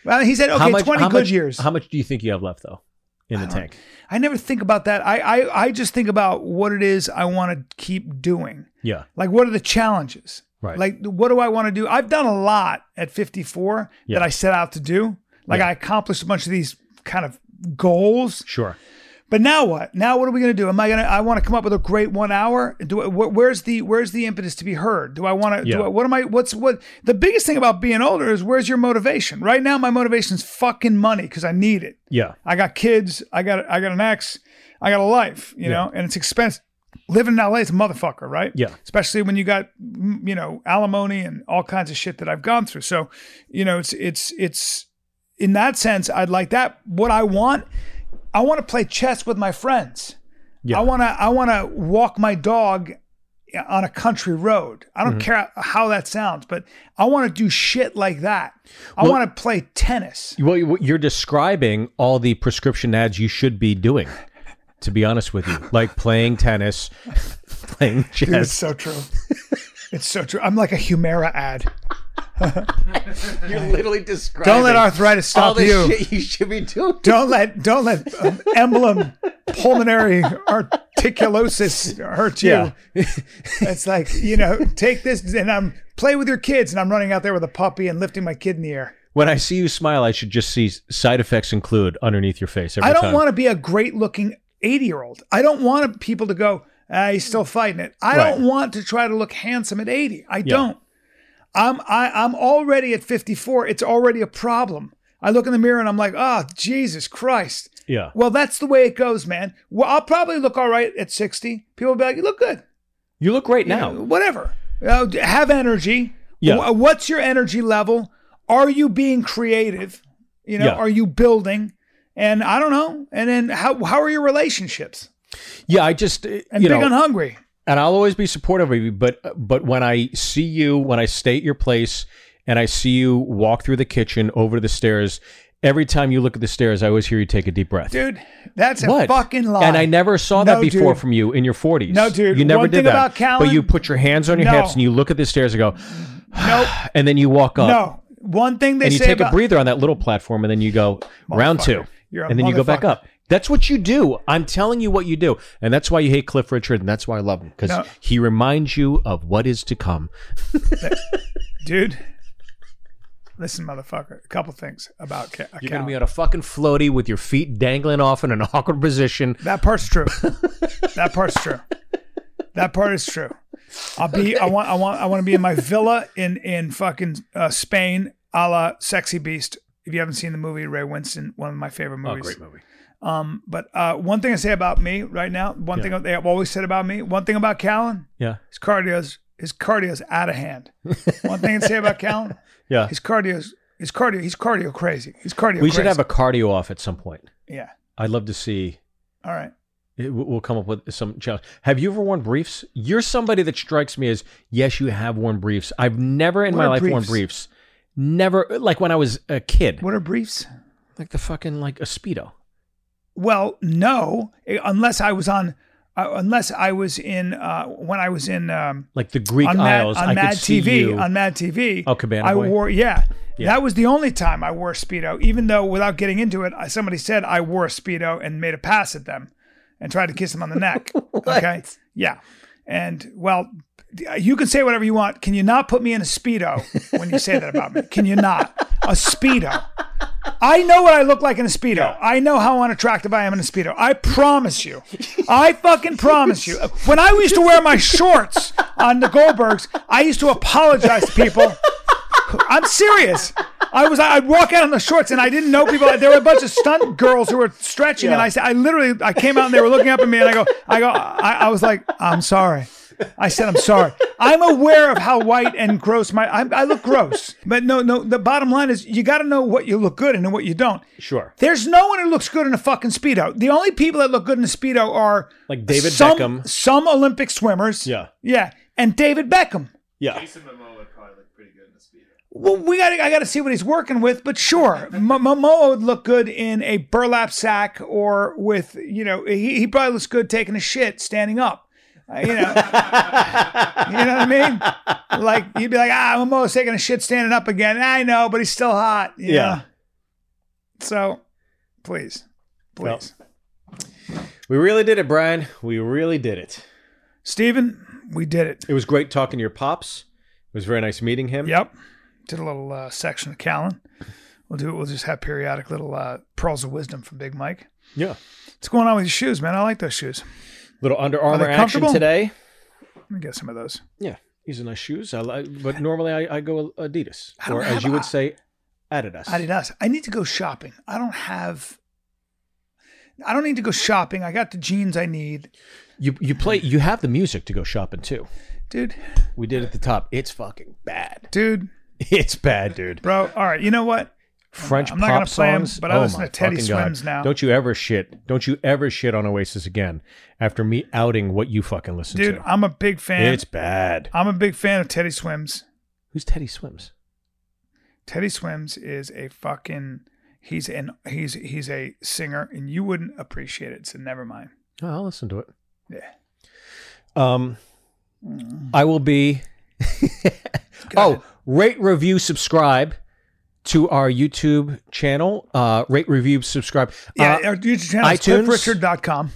Speaker 1: Well, he said, "Okay, twenty
Speaker 2: how
Speaker 1: good
Speaker 2: much-
Speaker 1: years."
Speaker 2: How much do you think you have left though in the tank?
Speaker 1: I never think about that. I, I I just think about what it is I want to keep doing.
Speaker 2: Yeah.
Speaker 1: Like, what are the challenges?
Speaker 2: Right.
Speaker 1: Like, what do I want to do? I've done a lot at 54
Speaker 2: Yeah.
Speaker 1: that I set out to do. Like,
Speaker 2: Yeah.
Speaker 1: I accomplished a bunch of these kind of goals.
Speaker 2: Sure.
Speaker 1: But now what? Now what are we going to do? Am I going to? I want to come up with a great one hour. Do I, wh- where's the where's the impetus to be heard? Do I want to?
Speaker 2: Yeah.
Speaker 1: Do I, what am I? What's what? The biggest thing about being older is where's your motivation? Right now, my motivation is fucking money because I need it.
Speaker 2: Yeah.
Speaker 1: I got kids. I got I got an ex. I got a life. You know, and it's expensive. Living in LA is a motherfucker, right?
Speaker 2: Yeah.
Speaker 1: Especially when you got mm, you know alimony and all kinds of shit that I've gone through. So, you know, it's it's it's in that sense, I'd like that. What I want, I want to play chess with my friends.
Speaker 2: Yeah.
Speaker 1: I want to I want to walk my dog eh, on a country road. I
Speaker 2: Mm-hmm.
Speaker 1: don't care how that sounds, but I want to do shit like that. I
Speaker 2: Well-
Speaker 1: want to play tennis.
Speaker 2: Well, you- you're describing all the prescription ads you should be doing. To be honest with you, like playing tennis, playing
Speaker 1: Dude, it's
Speaker 2: chess.
Speaker 1: so true. it's so true. I'm like a Humera ad.
Speaker 9: You're literally describing.
Speaker 1: Don't let arthritis
Speaker 9: all
Speaker 1: stop
Speaker 9: the
Speaker 1: you.
Speaker 9: shit you should be doing.
Speaker 1: Don't let don't let um, emblem pulmonary articulosis hurt you.
Speaker 2: Yeah.
Speaker 1: It's like you know, take this and I'm play with your kids, and I'm running out there with a puppy and lifting my kid in the air.
Speaker 2: When I see you smile, I should just see side effects include underneath your face every
Speaker 1: I don't
Speaker 2: time.
Speaker 1: want to be a great looking 80 year old. I don't want people to go, ah, he's still fighting it. I
Speaker 2: Right.
Speaker 1: don't want to try to look handsome at 80. I don't. I'm I, I'm already at 54. It's already a problem. I look in the mirror and I'm like, oh, Jesus Christ.
Speaker 2: Yeah.
Speaker 1: Well, that's the way it goes, man. Well, I'll probably look all right at 60. People will be like, you look good.
Speaker 2: You look great
Speaker 1: You
Speaker 2: now.
Speaker 1: know, whatever. Uh, have energy.
Speaker 2: Yeah.
Speaker 1: Wh- uh, What's your energy level? Are you being creative? You know,
Speaker 2: Yeah.
Speaker 1: are you building? And I don't know. And then how how are your relationships?
Speaker 2: Yeah, I just uh,
Speaker 1: And
Speaker 2: you
Speaker 1: big
Speaker 2: know,
Speaker 1: and hungry.
Speaker 2: and I'll always be supportive of you. But but when I see you, when I stay at your place, and I see you walk through the kitchen over to the stairs, every time you look at the stairs, I always hear you take a deep breath.
Speaker 1: Dude, that's a
Speaker 2: what
Speaker 1: fucking lie.
Speaker 2: And I never saw that
Speaker 1: No,
Speaker 2: before
Speaker 1: dude.
Speaker 2: from you in your forties.
Speaker 1: No, dude.
Speaker 2: you never
Speaker 1: One
Speaker 2: did
Speaker 1: thing
Speaker 2: that.
Speaker 1: about Callan-
Speaker 2: but you put your hands on your
Speaker 1: No.
Speaker 2: hips and you look at the stairs and go,
Speaker 1: nope.
Speaker 2: and then you walk up.
Speaker 1: No. One thing they
Speaker 2: And you
Speaker 1: say
Speaker 2: take
Speaker 1: about
Speaker 2: a breather on that little platform, and then you go round two,
Speaker 1: You're a
Speaker 2: and then you go back
Speaker 1: motherfucker.
Speaker 2: up. That's what you do. I'm telling you what you do, and that's why you hate Cliff Richard, and that's why I love him because
Speaker 1: No.
Speaker 2: he reminds you of what is to come.
Speaker 1: dude. Listen, motherfucker. A couple things about ca- a
Speaker 2: You're gonna
Speaker 1: cow.
Speaker 2: be on a fucking floaty with your feet dangling off in an awkward position.
Speaker 1: That part's true. that part's true. That part is true. I'll be. I want. I want. I want to be in my villa in in fucking uh, Spain, a la Sexy Beast. If you haven't seen the movie Ray Winston, one of my favorite movies.
Speaker 2: Oh, movie.
Speaker 1: Um, but uh, one thing I say about me right now, one thing they have always said about me, one thing about Callan,
Speaker 2: Yeah.
Speaker 1: his cardio's his cardio is out of hand. One thing to say about Callan,
Speaker 2: Yeah.
Speaker 1: his cardio is his cardio. He's cardio crazy. He's cardio.
Speaker 2: We
Speaker 1: crazy.
Speaker 2: should have a cardio off at some point.
Speaker 1: yeah.
Speaker 2: I'd love to see.
Speaker 1: All right.
Speaker 2: it- we- We'll come up with some challenge. Have you ever worn briefs? You're somebody that strikes me as yes, you have worn briefs. I've never in
Speaker 1: What
Speaker 2: my
Speaker 1: are
Speaker 2: life worn
Speaker 1: briefs?
Speaker 2: briefs. Never like when I was a kid,
Speaker 1: What are briefs?
Speaker 2: like the fucking like a speedo.
Speaker 1: Well, no, eh, unless I was on, uh, unless I was in uh, when I was in um,
Speaker 2: like the Greek
Speaker 1: on, Mad,
Speaker 2: Isles.
Speaker 1: on
Speaker 2: I
Speaker 1: Mad
Speaker 2: could see
Speaker 1: TV
Speaker 2: you.
Speaker 1: on Mad TV.
Speaker 2: Oh, Cabana
Speaker 1: I
Speaker 2: Boy?
Speaker 1: wore yeah.
Speaker 2: Yeah.
Speaker 1: That was the only time I wore a speedo. Even though, without getting into it, I, somebody said I wore a speedo and made a pass at them, and tried to kiss them on the neck. okay, yeah, and well, uh, you can say whatever you want. Can you not put me in a speedo when you say that about me? Can you not a speedo? I know what I look like in a speedo. I know how unattractive I am in a speedo. I promise you. I fucking promise you. When I used to wear my shorts on the Goldbergs, I used to apologize to people. I'm serious. I was I'd walk out on the shorts and I didn't know people. There were a bunch of stunt girls who were stretching, and I said I literally I came out and they were looking up at me, and I go I go I, I was like I'm sorry. I said I'm sorry. I'm aware of how white and gross my I, I look gross, but no no. The bottom line is you got to know what you look good in and what you don't.
Speaker 2: Sure.
Speaker 1: There's no one who looks good in a fucking speedo. The only people that look good in a speedo are
Speaker 2: Like David
Speaker 1: some,
Speaker 2: Beckham.
Speaker 1: some Olympic swimmers.
Speaker 2: Yeah.
Speaker 1: yeah, and David Beckham.
Speaker 2: Yeah.
Speaker 7: Jason Momoa would probably look pretty good in a speedo.
Speaker 1: Well, we got. to I got to see what he's working with, but sure, M- Momoa would look good in a burlap sack or with you know he, he probably looks good taking a shit standing up. Uh, you know, you know what I mean? Like you'd be like, ah, Momoa's taking a shit standing up again. I know, but he's still hot. you
Speaker 2: Yeah.
Speaker 1: know? So, please,
Speaker 2: Well.
Speaker 1: please,
Speaker 2: We really did it, Brian. We really did it.
Speaker 1: Steven, we did it.
Speaker 2: It was great talking to your pops. It was very nice meeting him.
Speaker 1: Yep. Did a little uh, section of Callan. We'll do it. We'll just have periodic little uh, pearls of wisdom from Big Mike.
Speaker 2: Yeah.
Speaker 1: What's going on with your shoes, man? I like those shoes.
Speaker 2: Little Under
Speaker 1: they
Speaker 2: Armour action
Speaker 1: comfortable?
Speaker 2: today.
Speaker 1: Let me get some of those.
Speaker 2: Yeah. These are nice shoes. I like, but normally I, I go Adidas,
Speaker 1: I don't
Speaker 2: or as
Speaker 1: have
Speaker 2: you
Speaker 1: a-
Speaker 2: would say, Adidas.
Speaker 1: Adidas. I need to go shopping. I don't have. I don't need to go shopping. I got the jeans I need,
Speaker 2: You you play. You have the music to go shopping too.
Speaker 1: dude.
Speaker 2: We did at the top. It's fucking bad.
Speaker 1: Dude,
Speaker 2: It's bad, dude.
Speaker 1: bro. All right. You know what?
Speaker 2: French
Speaker 1: I'm not
Speaker 2: pop
Speaker 1: gonna play 'em,
Speaker 2: songs.
Speaker 1: but I
Speaker 2: oh
Speaker 1: listen
Speaker 2: my
Speaker 1: to Teddy
Speaker 2: fucking God.
Speaker 1: Swims now.
Speaker 2: Don't you ever shit. Don't you ever shit on Oasis again after me outing what you fucking listen
Speaker 1: Dude,
Speaker 2: to.
Speaker 1: I'm a big fan.
Speaker 2: It's bad.
Speaker 1: I'm a big fan of Teddy Swims.
Speaker 2: Who's Teddy Swims?
Speaker 1: Teddy Swims is a fucking. He's an he's he's a singer, and you wouldn't appreciate it. So never mind.
Speaker 2: Oh, I'll listen to it.
Speaker 1: Yeah.
Speaker 2: Um, I will be. oh, rate, review, subscribe to our YouTube channel. Uh, rate, review, subscribe.
Speaker 1: Yeah,
Speaker 2: Uh,
Speaker 1: our YouTube channel is
Speaker 2: iTunes?
Speaker 1: cliffrichard.com.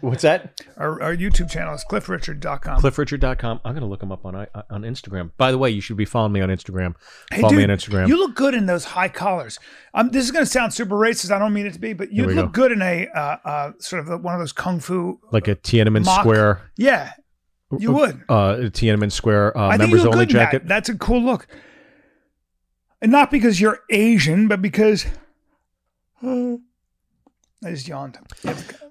Speaker 2: what's that?
Speaker 1: Our, our YouTube channel is cliffrichard.com.
Speaker 2: CliffRichard.com. I'm gonna look him up on I- on Instagram. By the way, you should be following me on Instagram.
Speaker 1: Hey,
Speaker 2: Follow
Speaker 1: dude,
Speaker 2: me on Instagram.
Speaker 1: You look good in those high collars. Um, this is going to sound super racist. I don't mean it to be, but you
Speaker 2: Here we
Speaker 1: look
Speaker 2: go.
Speaker 1: good in a uh, uh, sort of one of those kung fu.
Speaker 2: like a Tiananmen
Speaker 1: Mock.
Speaker 2: Square.
Speaker 1: Yeah, you would.
Speaker 2: Uh, Tiananmen Square uh,
Speaker 1: I think you
Speaker 2: members
Speaker 1: look
Speaker 2: only
Speaker 1: good in that.
Speaker 2: jacket.
Speaker 1: That's a cool look, and not because you're Asian, but because I just yawned.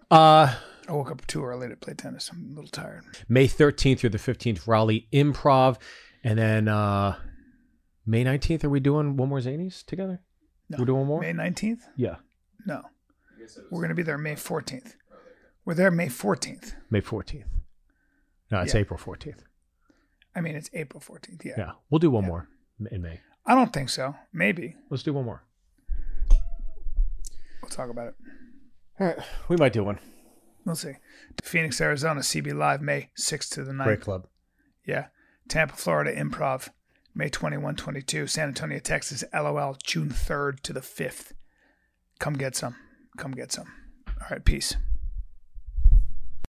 Speaker 2: Uh,
Speaker 1: I woke up too early to play tennis. I'm a little tired.
Speaker 2: May 13th through the 15th, Raleigh Improv, and then uh, May 19th. Are we doing one more Zanies together?
Speaker 1: No.
Speaker 2: We're doing more.
Speaker 1: May 19th?
Speaker 2: yeah,
Speaker 1: No, we're going to be there May 14th. We're there May 14th.
Speaker 2: May 14th. No, it's
Speaker 1: Yeah.
Speaker 2: April 14th.
Speaker 1: I mean, it's April 14th.
Speaker 2: Yeah, we'll do one more in May.
Speaker 1: I don't think so. Maybe
Speaker 2: Let's do one more.
Speaker 1: we'll talk about it.
Speaker 2: All right, we might do one.
Speaker 1: We'll see. Phoenix, Arizona, CB Live, May 6th to the 9th.
Speaker 2: Great club.
Speaker 1: Yeah. Tampa, Florida, Improv, May 21, 22. San Antonio, Texas, LOL, June 3rd to the 5th. Come get some. Come get some. All right. Peace.